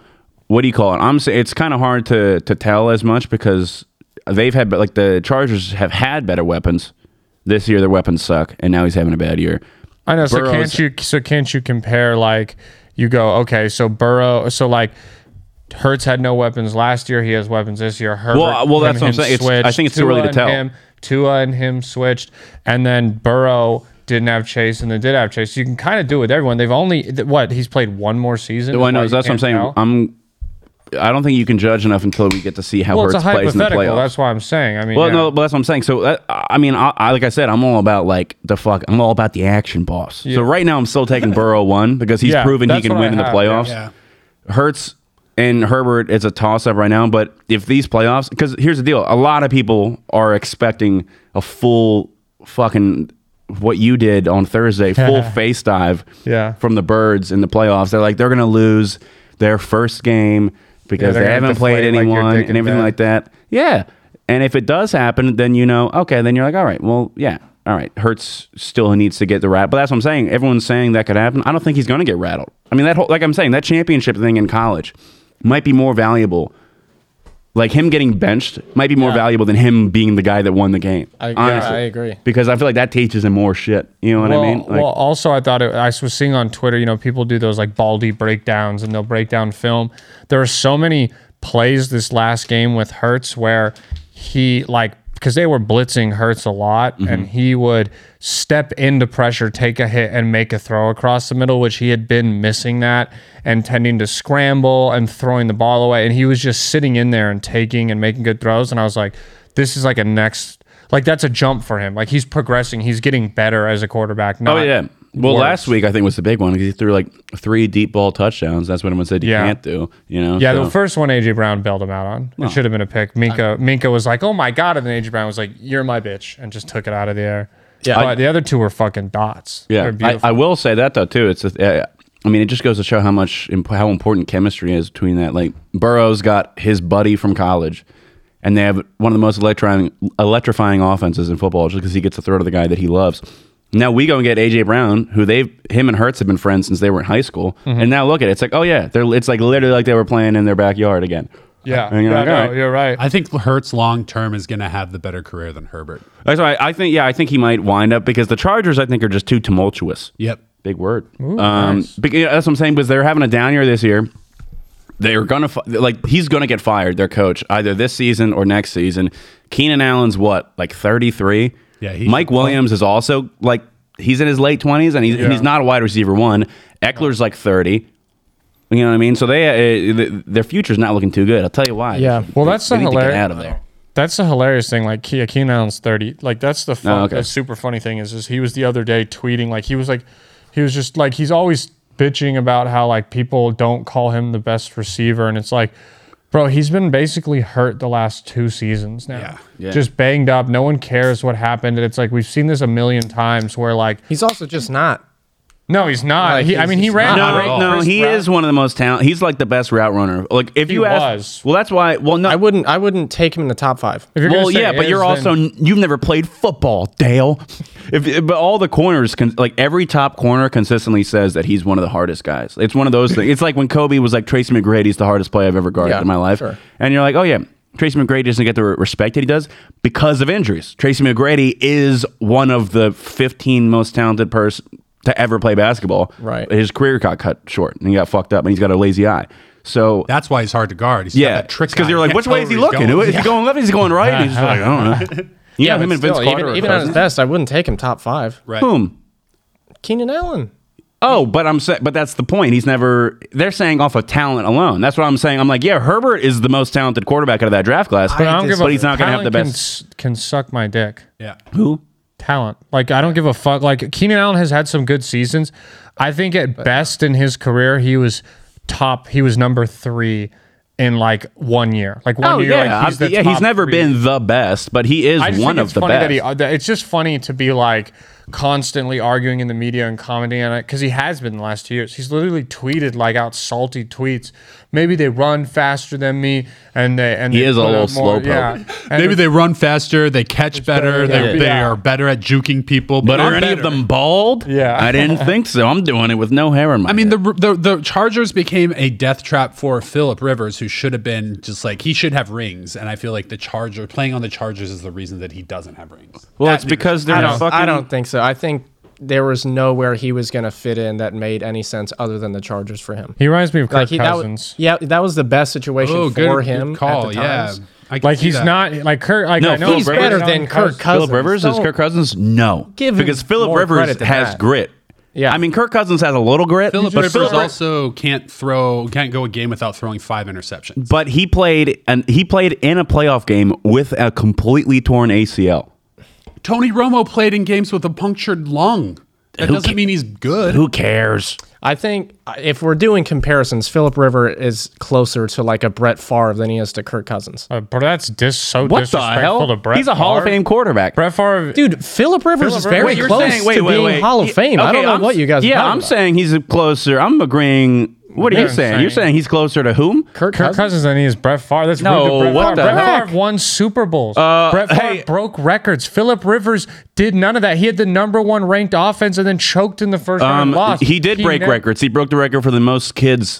S2: what do you call it? I'm saying it's kind of hard to to tell as much because they've had but like the Chargers have had better weapons this year. Their weapons suck, and now he's having a bad year.
S1: I know. So
S2: Burrow's-
S1: can't you? So can't you compare? Like you go, okay. So Burrow. So like. Hertz had no weapons last year. He has weapons this year. Herbert,
S2: Well, uh, well, that's what I'm saying. It's- I think it's too early to
S1: and
S2: tell.
S1: Him, Tua and him switched, and then Burrow didn't have Chase, and then did have Chase. You can kind of do it with everyone. They've only th- what he's played one more season.
S2: Well, I
S1: is why
S2: know
S1: you
S2: that's what I'm
S1: can't
S2: saying.
S1: tell?
S2: I'm. I don't think you can judge enough until we get to see how
S1: well, it's a
S2: Hurts plays in the
S1: hypothetical.
S2: playoffs.
S1: That's why I'm saying. I mean,
S2: well,
S1: yeah.
S2: no, but that's what I'm saying. So, that, I mean, I, I like I said, I'm all about like the fuck. I'm all about the action, boss. So right now, I'm still taking Burrow one because he's
S1: Yeah,
S2: proven he
S1: that's
S2: can
S1: what I
S2: win in the
S1: have,
S2: playoffs.
S3: yeah.
S2: Hurts and Herbert is a toss up right now. But if these playoffs, because here's the deal, a lot of people are expecting a full fucking what you did on Thursday, full face dive
S1: Yeah.
S2: from the Birds in the playoffs. They're like they're gonna lose their first game because
S1: they're
S2: they
S1: gonna
S2: haven't played
S1: deflate like you're
S2: anyone and
S1: thinking
S2: everything
S1: that.
S2: like that. Yeah. And if it does happen, then you know, okay, then you're like, all right, well, yeah, all right. Hertz still needs to get the rat, but that's what I'm saying. Everyone's saying that could happen. I don't think he's going to get rattled. I mean, that whole like I'm saying that championship thing in college might be more valuable. Like him getting benched might be more valuable than him being the guy that won the game.
S4: I- yeah, I agree.
S2: Because I feel like that teaches him more shit. You know what
S1: well,
S2: I mean? Like,
S1: well, also I thought it, I was seeing on Twitter, you know, people do those like Baldy breakdowns and they'll break down film. There are so many plays this last game with Hertz where he like because they were blitzing Hertz a lot and he would step into pressure, take a hit and make a throw across the middle, which he had been missing that and tending to scramble and throwing the ball away. And he was just sitting in there and taking and making good throws. And I was like, this is like a next like that's a jump for him. Like he's progressing. He's getting better as a quarterback. Not,
S2: Oh yeah. Well,
S1: worse.
S2: last week I think was the big one because he threw like three deep ball touchdowns. That's what everyone said you
S1: Yeah.
S2: can't do. You know.
S1: Yeah,
S2: so-
S1: the first one AJ Brown bailed him out on. It should have been a pick. Minka Minka was like, "Oh my god!" And then AJ Brown was like, "You're my bitch," and just took it out of the air.
S4: Yeah.
S1: but the other two were fucking dots.
S2: yeah.
S1: They're
S2: I,
S1: beautiful.
S2: I will say that though too. It's a, uh, I mean it just goes to show how much imp- how important chemistry is between that. Like Burrow's got his buddy from college, and they have one of the most electrifying electrifying offenses in football just because he gets to throw to the guy that he loves. Now we go and get AJ Brown, who they've him and Hertz have been friends since they were in high school,
S1: Mm-hmm.
S2: and now look at it. It's like oh yeah, they're it's like literally like they were playing in their backyard again.
S1: yeah,
S2: And you're
S1: Yeah,
S2: like,
S1: no,
S2: all right.
S1: you're right.
S3: I think Hurts long term is going to have the better career than Herbert.
S2: That's right. I think yeah, I think he might wind up because the Chargers I think are just too tumultuous.
S3: Yep.
S2: Big word. um, bec- yeah, that's what I'm saying. Because they're having a down year this year. They're gonna fi- like he's gonna get fired. Their coach either this season or next season. Keenan Allen's what like 33.
S3: Yeah, he
S2: Mike Williams is also like he's in his late 20s and he's, and he's not a wide receiver one. Eckler's like 30. You know what I mean? So they uh, th- their future's not looking too good. I'll tell you why.
S4: Yeah.
S1: Well, that's
S2: they
S1: the
S2: need to
S1: hilarious.
S2: get out of there.
S1: That's the hilarious thing. Like Kia Keenan Allen's thirty. Like that's the fun,
S2: Oh, okay.
S1: the super funny thing is is he was the other day tweeting like he was like he was just like he's always bitching about how like people don't call him the best receiver and it's like bro he's been basically hurt the last two seasons now
S3: Yeah.
S2: Yeah.
S1: just banged up no one cares what happened and it's like we've seen this a million times where like
S4: He's also just not.
S1: no he's not
S4: Like,
S1: he, I
S4: he's-
S1: mean he
S4: he's
S1: ran
S3: not.
S2: No,
S3: Not
S2: no,
S3: at all.
S2: he is one of the most talented. He's like the best route runner. Like if
S1: He
S2: you
S1: was.
S2: ask, well, that's why. Well, no,
S4: I wouldn't. I wouldn't take him in the top five.
S1: If you're gonna
S2: well,
S1: say
S2: yeah, but
S1: is,
S2: you're
S1: then-
S2: also you've never played football, Dale. If but all the corners can like every top corner consistently says that he's one of the hardest guys. It's one of those things. It's like when Kobe was like Tracy McGrady's the hardest play I've ever guarded
S4: Yeah,
S2: in my life,
S4: sure.
S2: and you're like, oh yeah. Tracy McGrady doesn't get the re- respect that he does because of injuries. Tracy McGrady is one of the 15 most talented person to ever play basketball.
S4: Right.
S2: His career got cut short and he got fucked up and he's got a lazy eye. So
S3: That's why he's hard to guard. He's got
S2: yeah,
S3: that trick
S2: because
S3: eye.
S2: you're
S3: You
S2: like,
S3: can't
S2: which
S3: tell
S2: way is he
S3: where he's
S2: looking?
S3: going.
S2: Is he going left? Is he going right? And he's just like, I don't know. You know, him
S4: but
S2: and Vince
S4: still,
S2: Carter.
S4: even,
S2: are
S4: even on
S2: cousins.
S4: his best, I wouldn't take him top five.
S3: Right.
S2: Boom.
S4: Keenan Allen.
S2: Oh, but I'm saying, but that's the point. He's never. They're saying off of talent alone. That's what I'm saying. I'm like, yeah, Herbert is the most talented quarterback out of that draft class.
S1: But I don't give a
S2: but he's not going to have the
S1: talent
S2: best.
S1: Can, s- can suck my dick.
S3: Yeah.
S2: Who?
S1: Talent. Like I don't give a fuck. Like Keenan Allen has had some good seasons. I think at best in his career he was top. He was number three in like one year. Like one
S2: Oh
S1: year.
S2: yeah,
S1: like,
S2: I'm-
S1: the
S2: yeah. He's
S1: top
S2: never
S1: three.
S2: been the best, but he is
S1: I just
S2: one
S1: think
S2: of
S1: it's
S2: the
S1: funny
S2: best.
S1: that he. uh, that- It's just funny to be like constantly arguing in the media and commenting on it because he has been the last two years. He's literally tweeted like out salty tweets. Maybe they run faster than me, and they and
S2: He
S1: they
S2: is a
S1: put
S2: little
S1: up more-
S2: slowpoke.
S1: Yeah, And
S3: Maybe
S1: it-
S3: they run faster, they catch
S1: better,
S3: better, they,
S1: yeah.
S3: they
S1: Yeah.
S3: are better at juking people.
S2: but
S3: not
S2: are any
S3: better.
S2: of them bald?
S1: Yeah.
S2: I didn't think so. I'm doing it with no hair in my.
S3: I mean, the, the the Chargers became a death trap for Philip Rivers, who should have been just like he should have rings, and I feel like the Charger playing on the Chargers is the reason that he doesn't have rings.
S2: well, it's because they're
S4: I don't,
S2: fucking.
S4: I don't think so. I think there was nowhere he was going to fit in that made any sense other than the Chargers for him.
S1: He reminds me of Kirk
S4: he, that, wa-
S1: Cousins.
S4: yeah, that was the best situation
S3: Oh, good,
S4: for
S3: good
S4: him. at
S3: call.
S4: the
S3: yeah,
S4: times.
S3: I can
S1: like
S3: see
S1: he's
S3: that.
S1: not like Kirk. Like
S2: No,
S1: I know
S2: he's
S1: Philip
S2: better
S1: Rivers-
S4: than Kirk Cousins.
S2: Philip Rivers is
S4: Don't
S2: Kirk Cousins? No,
S4: give him
S2: because Philip
S4: more
S2: Rivers
S4: credit than
S2: has
S4: that.
S2: grit.
S4: Yeah.
S2: I mean Kirk Cousins has a little grit,
S3: Philip
S2: but
S3: Rivers
S2: Philip Rivers-
S3: also can't throw, can't go a game without throwing five interceptions.
S2: But he played and he played in a playoff game with a completely torn ACL.
S3: Tony Romo played in games with a punctured lung. That
S2: Who
S3: doesn't
S2: ca-
S3: mean he's good.
S2: Who cares?
S4: I think uh, if we're doing comparisons, Philip River is closer to like a Brett Favre than he is to Kirk Cousins.
S1: Uh, bro, that's dis so
S2: What the
S1: disrespectful
S2: hell?
S1: to Brett.
S2: He's a Hall of
S1: Favre.
S2: Fame quarterback.
S1: Brett Favre.
S4: Dude, Philip Rivers
S1: Philip
S4: is
S1: Rivers-
S4: very
S1: Wait, you're
S4: close
S2: saying-
S4: to being Hall of
S2: Yeah,
S4: Fame. I
S2: okay,
S4: don't know
S2: I'm
S4: what
S2: s-
S4: you guys. are
S2: Yeah,
S4: talking
S2: I'm
S4: about.
S2: saying he's closer. I'm agreeing. What are you
S1: You're
S2: saying?
S1: saying-
S2: You're saying he's closer to whom?
S1: Kirk
S4: Kirk, Cousins.
S1: Cousins and he is Brett Favre. That's
S2: No,
S1: rude to Brett
S2: what
S1: Favre.
S2: the
S1: Brett
S2: heck?
S1: Favre won Super Bowls.
S2: Uh,
S1: Brett Favre
S2: hey-
S1: broke records. Philip Rivers did none of that. He had the number one ranked offense and then choked in the first round. and
S2: Um,
S1: lost.
S2: he did break
S1: never-
S2: records. He broke the record for the most kids.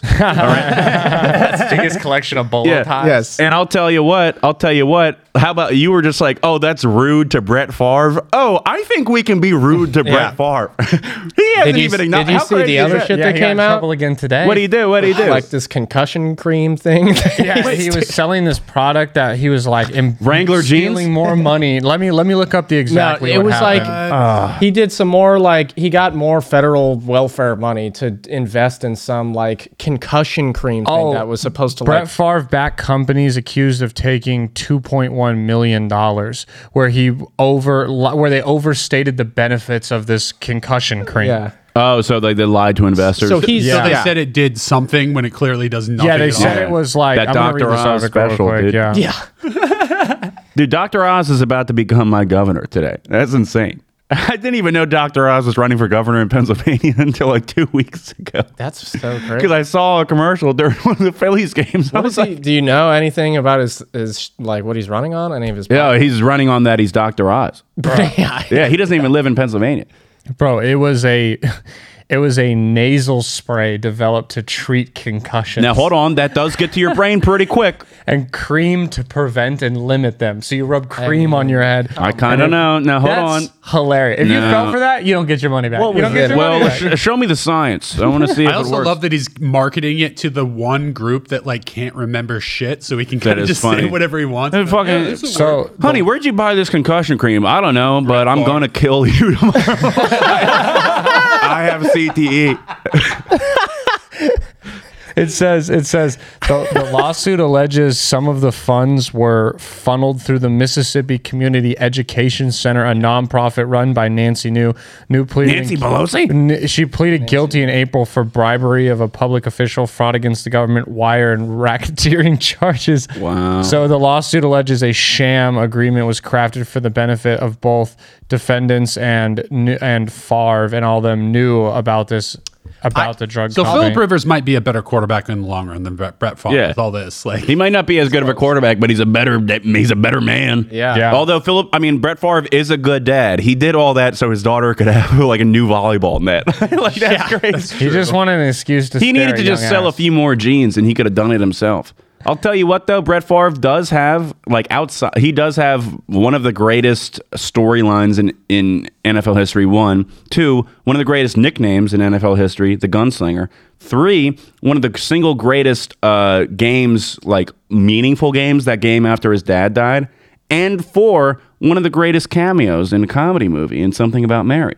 S1: biggest collection of bolo
S2: Yeah.
S1: ties.
S4: Yes.
S2: And I'll tell you what, I'll tell you what. How about you were just like, oh, that's rude to Brett Favre. Oh, I think we can be rude to Brett Favre. he hasn't
S4: Did you,
S2: even
S4: did
S2: acknowledged.
S4: you
S2: how
S4: see
S2: crazy
S4: the
S2: is
S4: other
S2: that?
S4: shit
S1: Yeah,
S4: that
S1: he got in
S4: came out?
S1: trouble again today.
S2: What do you do? What do you do?
S4: Like this concussion cream thing.
S1: Yeah, he was selling this product that he was like em-
S2: Wrangler jeans?
S1: stealing more money. Let me let me look up the
S4: No,
S1: exactly.
S4: it
S1: what
S4: was like
S1: happened.
S2: Uh.
S4: he did some more like he got more federal welfare money to invest in some like concussion cream thing
S1: Oh,
S4: that was supposed to
S1: Brett
S4: like
S1: Favre backed companies accused of taking 2.1 million dollars, where he over where they overstated the benefits of this concussion cream.
S4: yeah.
S2: oh, so like they lied to investors.
S4: So he's
S3: So they
S1: Yeah.
S3: said it did something when it clearly does nothing.
S1: Yeah, they
S3: at all.
S1: said it was like
S2: That
S1: I'm gonna read
S2: Dr.
S1: this
S2: Oz
S1: article real
S2: special,
S1: quick,
S2: dude.
S1: Yeah.
S4: yeah.
S2: Dude, Dr. Oz is about to become my governor today. That's insane. I didn't even know Dr. Oz was running for governor in Pennsylvania until like two weeks ago.
S4: That's so
S2: Because
S4: great.
S2: I saw a commercial during one of the Phillies games. I
S4: What
S2: was
S4: is
S2: like,
S4: he, do you know anything about his, his like what he's running on? Any of his
S2: yeah, he's running on that. He's Dr. Oz.
S4: yeah.
S2: Yeah, he doesn't even live in Pennsylvania.
S1: Bro, it was a it was a nasal spray developed to treat concussions.
S2: Now, hold on. That does get to your brain pretty quick.
S1: And cream to prevent and limit them. So you rub cream on your head.
S2: I kind of know. Now, hold on.
S1: That's hilarious. If you
S2: No.
S1: fell for that, you don't get your money back. you don't get your
S2: Well,
S1: money back.
S2: sh- show me the science. I want to see if
S3: I also
S2: it works.
S3: love that he's marketing it to the one group that like can't remember shit, so he can
S2: That
S3: kind of
S2: is
S3: just
S2: funny.
S3: say whatever he wants.
S2: And
S3: Like,
S2: fucking-
S3: "Yeah, this will work."
S1: So
S2: Honey, where'd you buy this concussion cream? I don't know, but I'm going to kill you tomorrow. I have
S1: E.
S2: CTE.
S1: It says it says the, the lawsuit alleges some of the funds were funneled through the Mississippi Community Education Center, a nonprofit run by Nancy New. New pleaded
S2: Nancy Pelosi?
S1: N- she pleaded guilty in April for bribery of a public official, fraud against the government, wire and racketeering charges.
S2: Wow.
S1: So the lawsuit alleges a sham agreement was crafted for the benefit of both defendants and knew- and Favre, and all them knew about this about the drug.
S3: So
S1: company.
S3: Philip Rivers might be a better quarterback in the long run than Brett, Brett Favre
S2: Yeah.
S3: with all this. Like
S2: He might not be as good of a quarterback, but he's a better he's a better man.
S4: Yeah.
S1: Yeah.
S2: Although Philip, I mean Brett Favre is a good dad. He did all that so his daughter could have like a new volleyball net. like that's great.
S1: He just wanted an excuse to.
S2: he
S1: stare
S2: needed
S1: at
S2: to just
S1: young
S2: sell a
S1: ass.
S2: few more jeans, and he could have done it himself. I'll tell you what, though, Brett Favre does have like outside. He does have one of the greatest storylines in in NFL history. One, two, one of the greatest nicknames in NFL history, the Gunslinger. Three, one of the single greatest uh, games, like meaningful games. That game after his dad died, and four, one of the greatest cameos in a comedy movie in Something About Mary.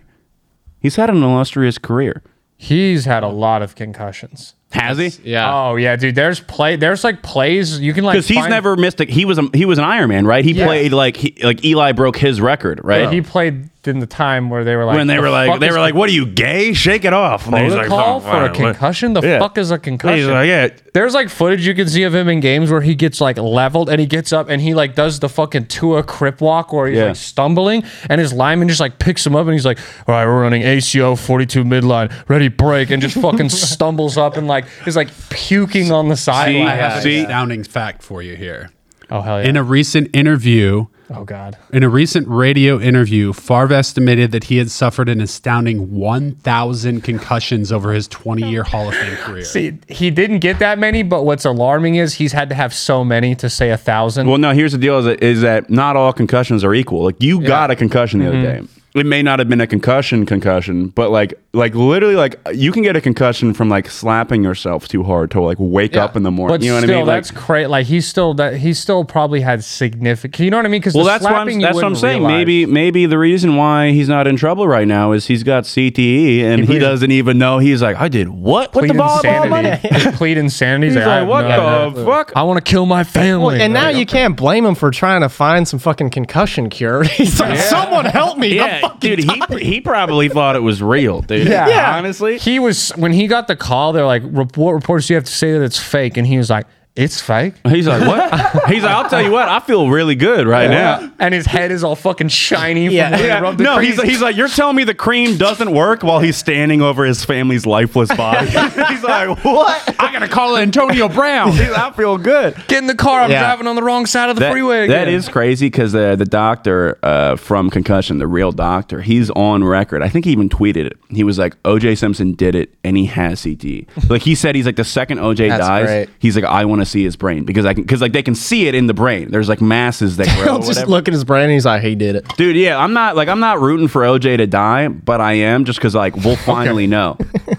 S2: He's had an illustrious career.
S1: He's had a lot of concussions.
S2: Has he?
S4: Yeah.
S1: Oh yeah, dude. There's play. There's like plays you can like.
S2: Because Ah. he's
S1: find-
S2: never missed a he was a, he was an Iron Man, right? He
S1: Yeah.
S2: played like he, like Eli broke his record, right?
S1: He played in the time where they were like
S2: when they
S1: "The
S2: were
S1: fuck
S2: like they
S1: is
S2: were like, "What are you gay? Shake it off!" And he's like,
S1: protocol
S2: "Oh,
S1: for a
S2: fine, what-"
S1: concussion? The
S2: Yeah.
S1: fuck is a
S2: He's
S1: concussion?
S2: like, "Yeah."
S1: There's like footage you can see of him in games where he gets like leveled and he gets up and he like does the fucking Tua crip walk where he's
S2: Yeah.
S1: like stumbling and his lineman just like picks him up and he's like, all right, we're running ACO 42 midline, ready break, and just fucking stumbles up and like is like puking on the
S3: I
S1: sideline.
S3: have an
S2: See?
S3: astounding fact for you here.
S1: Oh hell
S3: In
S1: yeah!
S3: a recent interview,
S1: Oh god.
S3: in a recent radio interview, Favre estimated that he had suffered an astounding 1,000 concussions over his 20-year Hall of Fame career.
S1: See, he didn't get that many, but what's alarming is he's had to have so many to say a thousand.
S2: Well, no. Here's the deal: is that, is that not all concussions are equal. Like you got a concussion the
S1: Mm-hmm.
S2: other day. It may not have been a concussion, concussion, but like, like literally, like you can get a concussion from like slapping yourself too hard to like wake up in the morning.
S1: But
S2: you know
S1: still,
S2: what I mean?
S1: that's
S2: Like,
S1: crazy. Like he's still that he's still probably had significant. You know what I mean? Because
S2: well, that's what I'm, that's what I'm saying. Maybe, maybe the reason why he's not in trouble right now is he's got CTE and he,
S1: pleads-
S2: doesn't even know. He's like, I did what with
S1: plead
S2: the ball, ball money?
S1: insanity. He plead insanity. He's
S2: He's
S1: like,
S2: like, what the fuck?
S1: I want to kill my family.
S4: Well, and now
S1: Like,
S4: you can't blame him for trying to find some fucking concussion cure. He's like, someone help me. I'm
S2: Yeah,
S4: fucking
S2: dude, he,
S4: tired."
S2: he probably thought it was real, dude.
S1: Yeah. Yeah.
S2: honestly.
S1: he was when he got the call. They're like, "Report reports. You have to say that it's fake." And he was like, "It's fake."
S2: He's like, what? He's like, I'll tell you what, I feel really good right now.
S1: And his head is all fucking shiny.
S4: Yeah.
S1: From when he
S2: Yeah.
S1: rubbed the
S2: No,
S1: crease.
S2: he's like, he's like, you're telling me the cream doesn't work while he's standing over his family's lifeless body. he's like, what?
S3: I got to call Antonio Brown.
S2: He's like, I feel good.
S1: get in the car. I'm
S4: Yeah.
S1: driving on the wrong side of the
S2: That-
S1: freeway. Again.
S2: that is crazy because the, the doctor uh, from concussion, the real doctor, he's on record. I think he even tweeted it. He was like, OJ Simpson did it and he has CTE. like he said, he's like, the second OJ
S4: That's
S2: dies,
S4: great.
S2: he's like, I want to see his brain because I can, because like they can see it in the brain. There's like masses that grow.
S4: He'll
S2: or
S4: just
S2: whatever.
S4: look at his brain and he's like, he did it.
S2: Dude, yeah, I'm not like I'm not rooting for OJ to die, but I am just because like we'll finally know.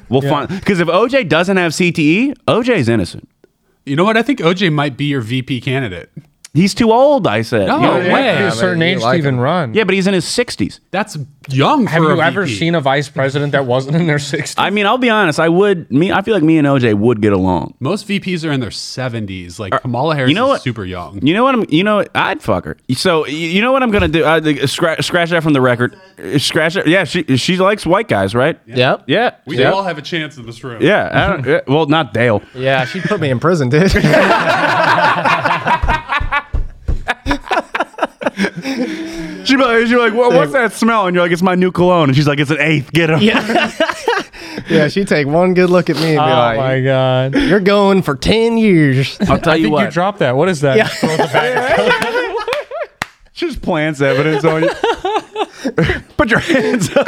S2: We'll find because if OJ doesn't have E, CTE, OJ's innocent.
S3: You know what? I think OJ might be your VP candidate.
S2: He's too old. I said.
S3: No
S2: You know-
S1: He
S3: way.
S1: might be a
S3: Yeah,
S1: certain
S4: but you
S1: age
S4: like
S1: to even
S4: him.
S1: run.
S2: Yeah, but he's in his 60s.
S3: That's young for
S1: Have
S3: a
S1: you ever
S3: VP.
S1: seen a vice president that wasn't in their 60s?
S2: I mean, I'll be honest. I would me. I feel like me and OJ would get along.
S3: Most VPs are in their 70s. Like Kamala Harris
S2: You know
S3: is
S2: what?
S3: super young.
S2: You know what? I'm. You know, I'd fuck her. So you you know what I'm gonna do? I, uh, scratch, scratch that from the record. Uh, Scratch it. Yeah, she she likes white guys, right?
S4: Yep.
S2: Yeah.
S3: We
S2: yeah.
S3: all have a chance in this room.
S2: yeah, I don't- yeah. Well, not Dale.
S4: Yeah, she put me in prison, dude.
S2: She be like, she be like "Wha- what's that smell? And you're like, it's my new cologne. And she's like, it's an eighth. Get it.
S4: yeah, she'd take one good look at me and be
S2: Oh
S4: like,
S1: god! I
S4: you're going for 10 years.
S2: I'll tell you
S1: think
S2: what.
S1: you dropped that. What is that?
S2: she just plants evidence on you. Put your hands up.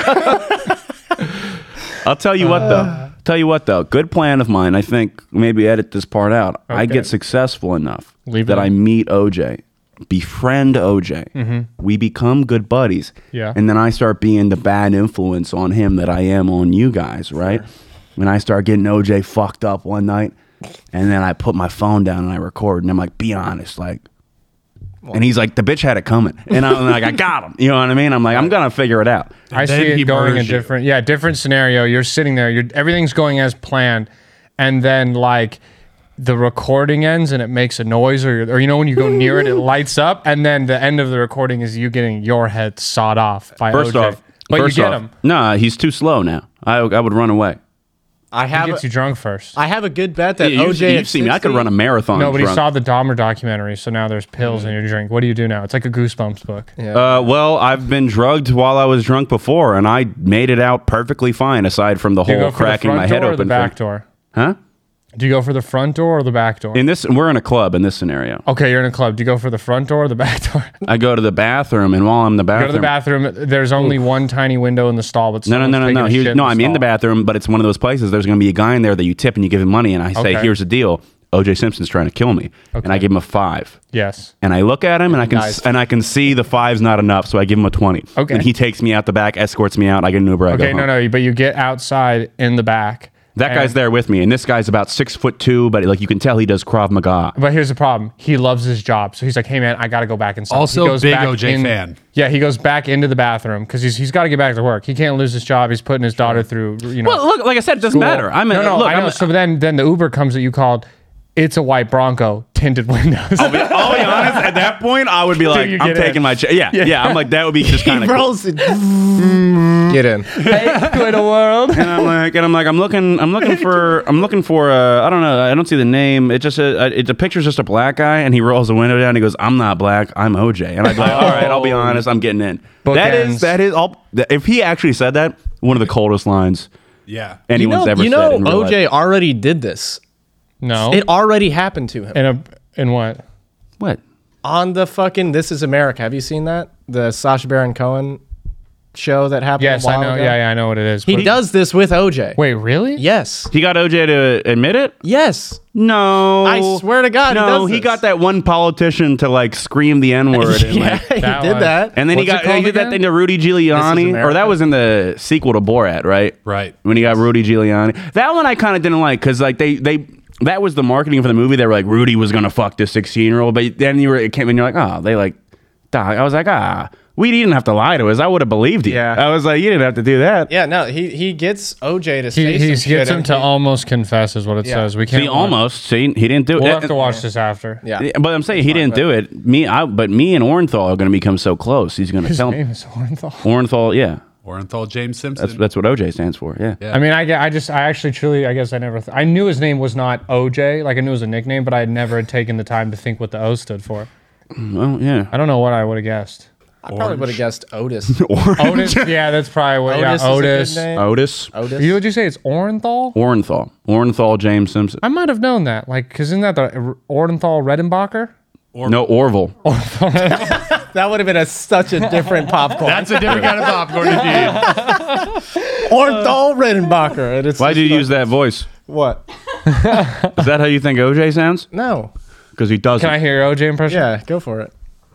S2: I'll tell you what though. Tell you what though. Good plan of mine. I think maybe edit this part out. I
S1: Okay.
S2: get successful enough
S1: Leave
S2: that
S1: it.
S2: I meet OJ, befriend OJ. We become good buddies.
S1: Mm-hmm. Yeah.
S2: And then I start being the bad influence on him that I am on you guys, right? And I start getting OJ fucked up one night, and then I put my phone down and I record, and I'm like, be honest, like, and he's like, the bitch had it coming. And I'm like, I got him. You know what I mean? I'm like, I'm going to figure it out.
S1: I
S3: then
S1: see it
S3: he
S1: going a
S3: murders you.
S1: different, yeah, different scenario. You're sitting there. You're everything's going as planned, and then like the recording ends and it makes a noise, or or you know when you go near it, it lights up, and then the end of the recording is you getting your head sawed off by
S2: First
S1: OJ.
S2: off,
S1: but
S2: first
S1: you get
S2: off,
S1: him.
S2: Nah, he's too slow now. I, I would run away.
S4: I
S1: He
S4: have,
S1: gets
S4: a,
S1: you drunk first.
S4: I have a good bet
S1: Uh,
S4: that
S2: you,
S4: OJ.
S2: have seen me. I could run a
S4: him.
S2: marathon.
S1: Nobody
S2: drunk. Mm.
S1: saw the Dahmer documentary, so now there's pills in your drink. What do you do now? It's like a Goosebumps book.
S2: Uh, well, I've been drugged while I was drunk before, and I made it out perfectly fine, aside from the
S1: Do you
S2: whole
S1: go for the
S2: cracking
S1: front
S2: my
S1: door
S2: head
S1: or
S2: open.
S1: the back
S2: thing.
S1: door?
S2: Huh?
S1: Do you go for the front door or the back door?
S2: In this, we're in a club in this scenario.
S1: Okay, you're in a club. Do you go for the front door or the back door?
S2: I go to the bathroom, and while I'm in the
S1: go
S2: bathroom,
S1: to the bathroom. There's only one tiny window in the stall, but
S2: No, no,
S1: someone's
S2: no, no,
S1: taking
S2: no.
S1: a shit
S2: Here's, no, I'm in the
S1: stall.
S2: bathroom, but it's one of those places. There's going to be a guy in there that you tip and you give him money, and I say,
S1: Okay.
S2: "Here's the deal. OJ Simpson's trying to kill me," and I give him a five.
S1: Yes.
S2: And I look at him, and I can
S4: Nice.
S2: and I can see the five's not enough, so I give him a twenty.
S1: Okay.
S2: And he takes me out the back, escorts me out. I get an Uber. I go
S1: Okay, no,
S2: home.
S1: no. But you get outside in the back,
S2: That guy's there with me, and this guy's about six foot two, but like you can tell he does Krav Maga.
S1: But here's the problem. He loves his job. So he's like, hey, man, I got to go back inside.
S3: Also
S1: he goes
S3: big
S1: back
S3: OJ fan.
S1: Yeah, he goes back into the bathroom because he's, he's got to get back to work. He can't lose his job. He's putting his daughter through, you know.
S2: Well, look, like I said, it doesn't matter. I'm a,
S1: no, no,
S2: look,
S1: I
S2: I'm
S1: know.
S2: a-
S1: so then, then the Uber comes that you called. It's a white Bronco, tinted windows.
S2: I'll be honest. At that point, I would be like,
S1: you
S2: I'm
S1: get in.
S2: taking my chance. Yeah, yeah, I'm like, that would be just kind of. Cool.
S4: Get in.
S1: hey, Twitter world.
S2: And I'm like, and I'm like, I'm looking, I'm looking for, I'm looking for. Uh, I don't know. I don't see the name. It just, uh, it, the picture's just a black guy, and he rolls the window down. And he goes, I'm not black. I'm OJ. And I'd be like, all right, I'll be honest. I'm getting in. That
S1: Oh. Bookends.
S2: is, that is all. If he actually said that, one of the coldest lines
S3: Yeah.
S4: You
S2: anyone's
S4: know,
S2: ever
S4: you
S2: said.
S4: know
S2: in real life. Oh.
S4: OJ already did this.
S1: No.
S4: It already happened to him.
S1: in a in what?
S2: What?
S4: on the fucking This Is America. Have you seen that? The Sasha Baron Cohen show that happened.
S1: Yes,
S4: a while
S1: I know.
S4: Ago?
S1: Yeah, yeah, I know what it is.
S4: He
S1: but-
S4: does this with OJ.
S1: Wait, really?
S4: Yes.
S2: He got OJ to admit it?
S4: Yes.
S2: No.
S4: I swear to God, he
S2: No,
S4: does
S2: he
S4: this.
S2: got that one politician to like scream the N word. and
S4: yeah,
S2: like
S4: he
S1: that
S4: did
S1: one.
S4: that.
S2: And then
S1: What's
S2: he
S1: it
S2: got he
S1: called
S2: did that
S1: again?
S2: thing to Rudy
S4: This is
S2: Giuliani, or
S4: America.
S2: that was in the sequel to Borat, right?
S3: Right.
S2: When he got Rudy Giuliani, that one I kind of didn't like because like they they that was the marketing for the movie. They were like Rudy was gonna fuck this sixteen year old, but then you were it came and you're like, oh, they like, dog. I was like, ah, we didn't have to lie to us. I would have believed you.
S4: Yeah.
S2: I was like, you didn't have to do that.
S4: yeah, no, he he gets OJ to
S1: He,
S4: say
S1: he
S4: some
S1: gets
S4: shit
S1: him
S4: and
S1: to
S4: he-
S1: almost confess, is what it
S4: Yeah.
S1: says. We can't.
S2: He
S1: watch-
S2: almost see he didn't do it.
S1: We'll have to watch this after.
S4: Yeah.
S2: Yeah, but I'm saying he didn't do it. Me, I, but me and Orenthal are going to become so close. He's going to
S1: His
S2: tell him
S1: name is Orenthal.
S2: Orenthal. Yeah,
S3: Orenthal James Simpson.
S2: that's that's what OJ stands for. Yeah.
S3: Yeah.
S1: I mean, I, ge- I just, I actually, truly, I guess I never, th- I knew his name was not OJ. Like I knew it was a nickname, but I had never had taken the time to think what the O stood for.
S2: Well, yeah.
S1: I don't know what I would have guessed.
S4: I probably would have guessed Otis.
S1: Otis. yeah, that's probably what.
S4: Otis.
S1: yeah, Otis.
S4: Uh, Is a good name.
S2: Otis
S4: Otis.
S1: You would you say it's Orenthal?
S2: Orenthal. Orenthal James Simpson.
S1: I might have known that. Like, cause isn't that the Orenthal Redenbacher?
S2: no, Orville.
S4: that would have been a, such a different popcorn.
S3: that's a different kind of popcorn indeed.
S4: or Thal Redenbacher. And it's
S2: Why do
S4: just
S2: you
S4: like,
S2: use that voice?
S4: what?
S2: Is that how you think OJ sounds?
S4: No.
S2: Because he doesn't.
S1: Can I hear your OJ impression?
S4: Yeah, go for it.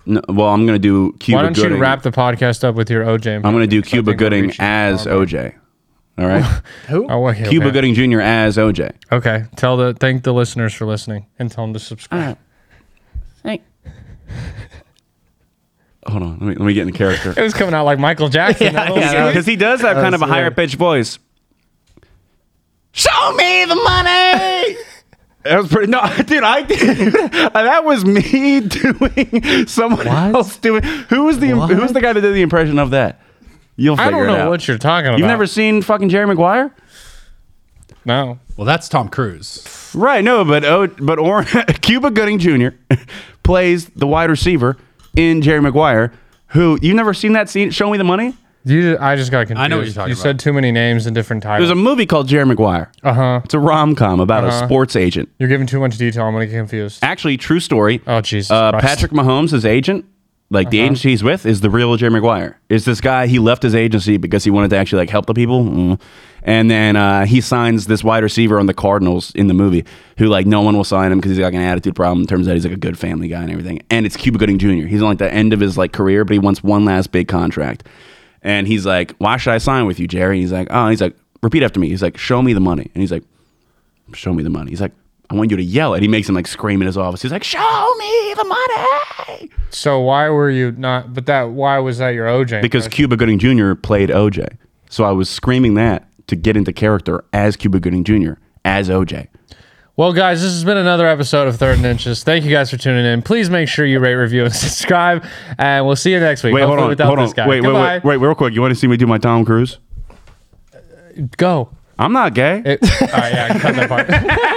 S2: No, well, I'm going to do Cuba
S1: Why don't
S2: Gooding.
S1: you wrap the podcast up with your OJ?
S2: I'm going to do
S1: impression?
S2: Cuba
S1: I think we're
S2: Gooding
S1: reaching-
S2: as OJ. All right.
S4: Who?
S1: Oh, wait,
S2: Cuba
S1: okay.
S2: Gooding Jr. as OJ.
S1: Okay. Tell the thank the listeners for listening and tell them to subscribe.
S2: Hold on. Let me, let me get in the character.
S1: It was coming out like Michael Jackson. that little
S4: yeah.
S1: shit.
S2: because he does have kind of a higher pitched voice. Show me the money. That was pretty. No, dude, I did. That was me doing someone else doing. Who was the Who was the guy that did the impression of that? You'll
S1: I
S2: figure
S1: don't
S2: it
S1: know
S2: out.
S1: what you're talking about.
S2: You've never seen fucking Jerry Maguire,
S1: No.
S3: Well, that's Tom Cruise.
S2: right? No, but oh, but or Cuba Gooding Jr. plays the wide receiver in Jerry Maguire. Who you've never seen that scene? Show me the money.
S1: You, I just got confused.
S3: I know what you're talking
S1: You
S3: about.
S1: said too many names and different
S2: There's
S1: titles.
S2: a movie called Jerry Maguire.
S1: uh huh.
S2: It's a rom com about a sports agent.
S1: You're giving too much detail. I'm gonna get confused.
S2: actually true story.
S1: Oh, Jesus
S2: Uh,
S1: Christ. Uh-huh.
S2: Patrick Mahomes, his agent, like the agency he's with, is the real Jerry Maguire. Is this guy? He left his agency because he wanted to actually like help the people, Mm. and then uh, he signs this wide receiver on the Cardinals in the movie, who like no one will sign him because he's got like, an attitude problem. Turns out he's like a good family guy and everything. And it's Cuba Gooding Jr. He's on like the end of his like career, but he wants one last big contract. And he's like, "Why should I sign with you, Jerry?" he's like, "Oh," he's like, "Repeat after me." He's like, "Show me the money," and he's like show me the money. He's like, I want you to yell. And he makes him like scream in his office. He's like, show me the money.
S1: So why were you not? But that why was that your OJ?
S2: Because Cuba Gooding Jr. played OJ. So I was screaming that to get into character as Cuba Gooding Jr., as OJ.
S1: Well, guys, this has been another episode of Third and Inches. Thank you guys for tuning in. Please make sure you rate, review, and subscribe. And we'll see you next week. Hopefully without this guy. Goodbye.
S2: wait, real quick. You want to see me do my Tom Cruise?
S1: Go.
S2: I'm not gay.
S1: It- all right, yeah, cut that part.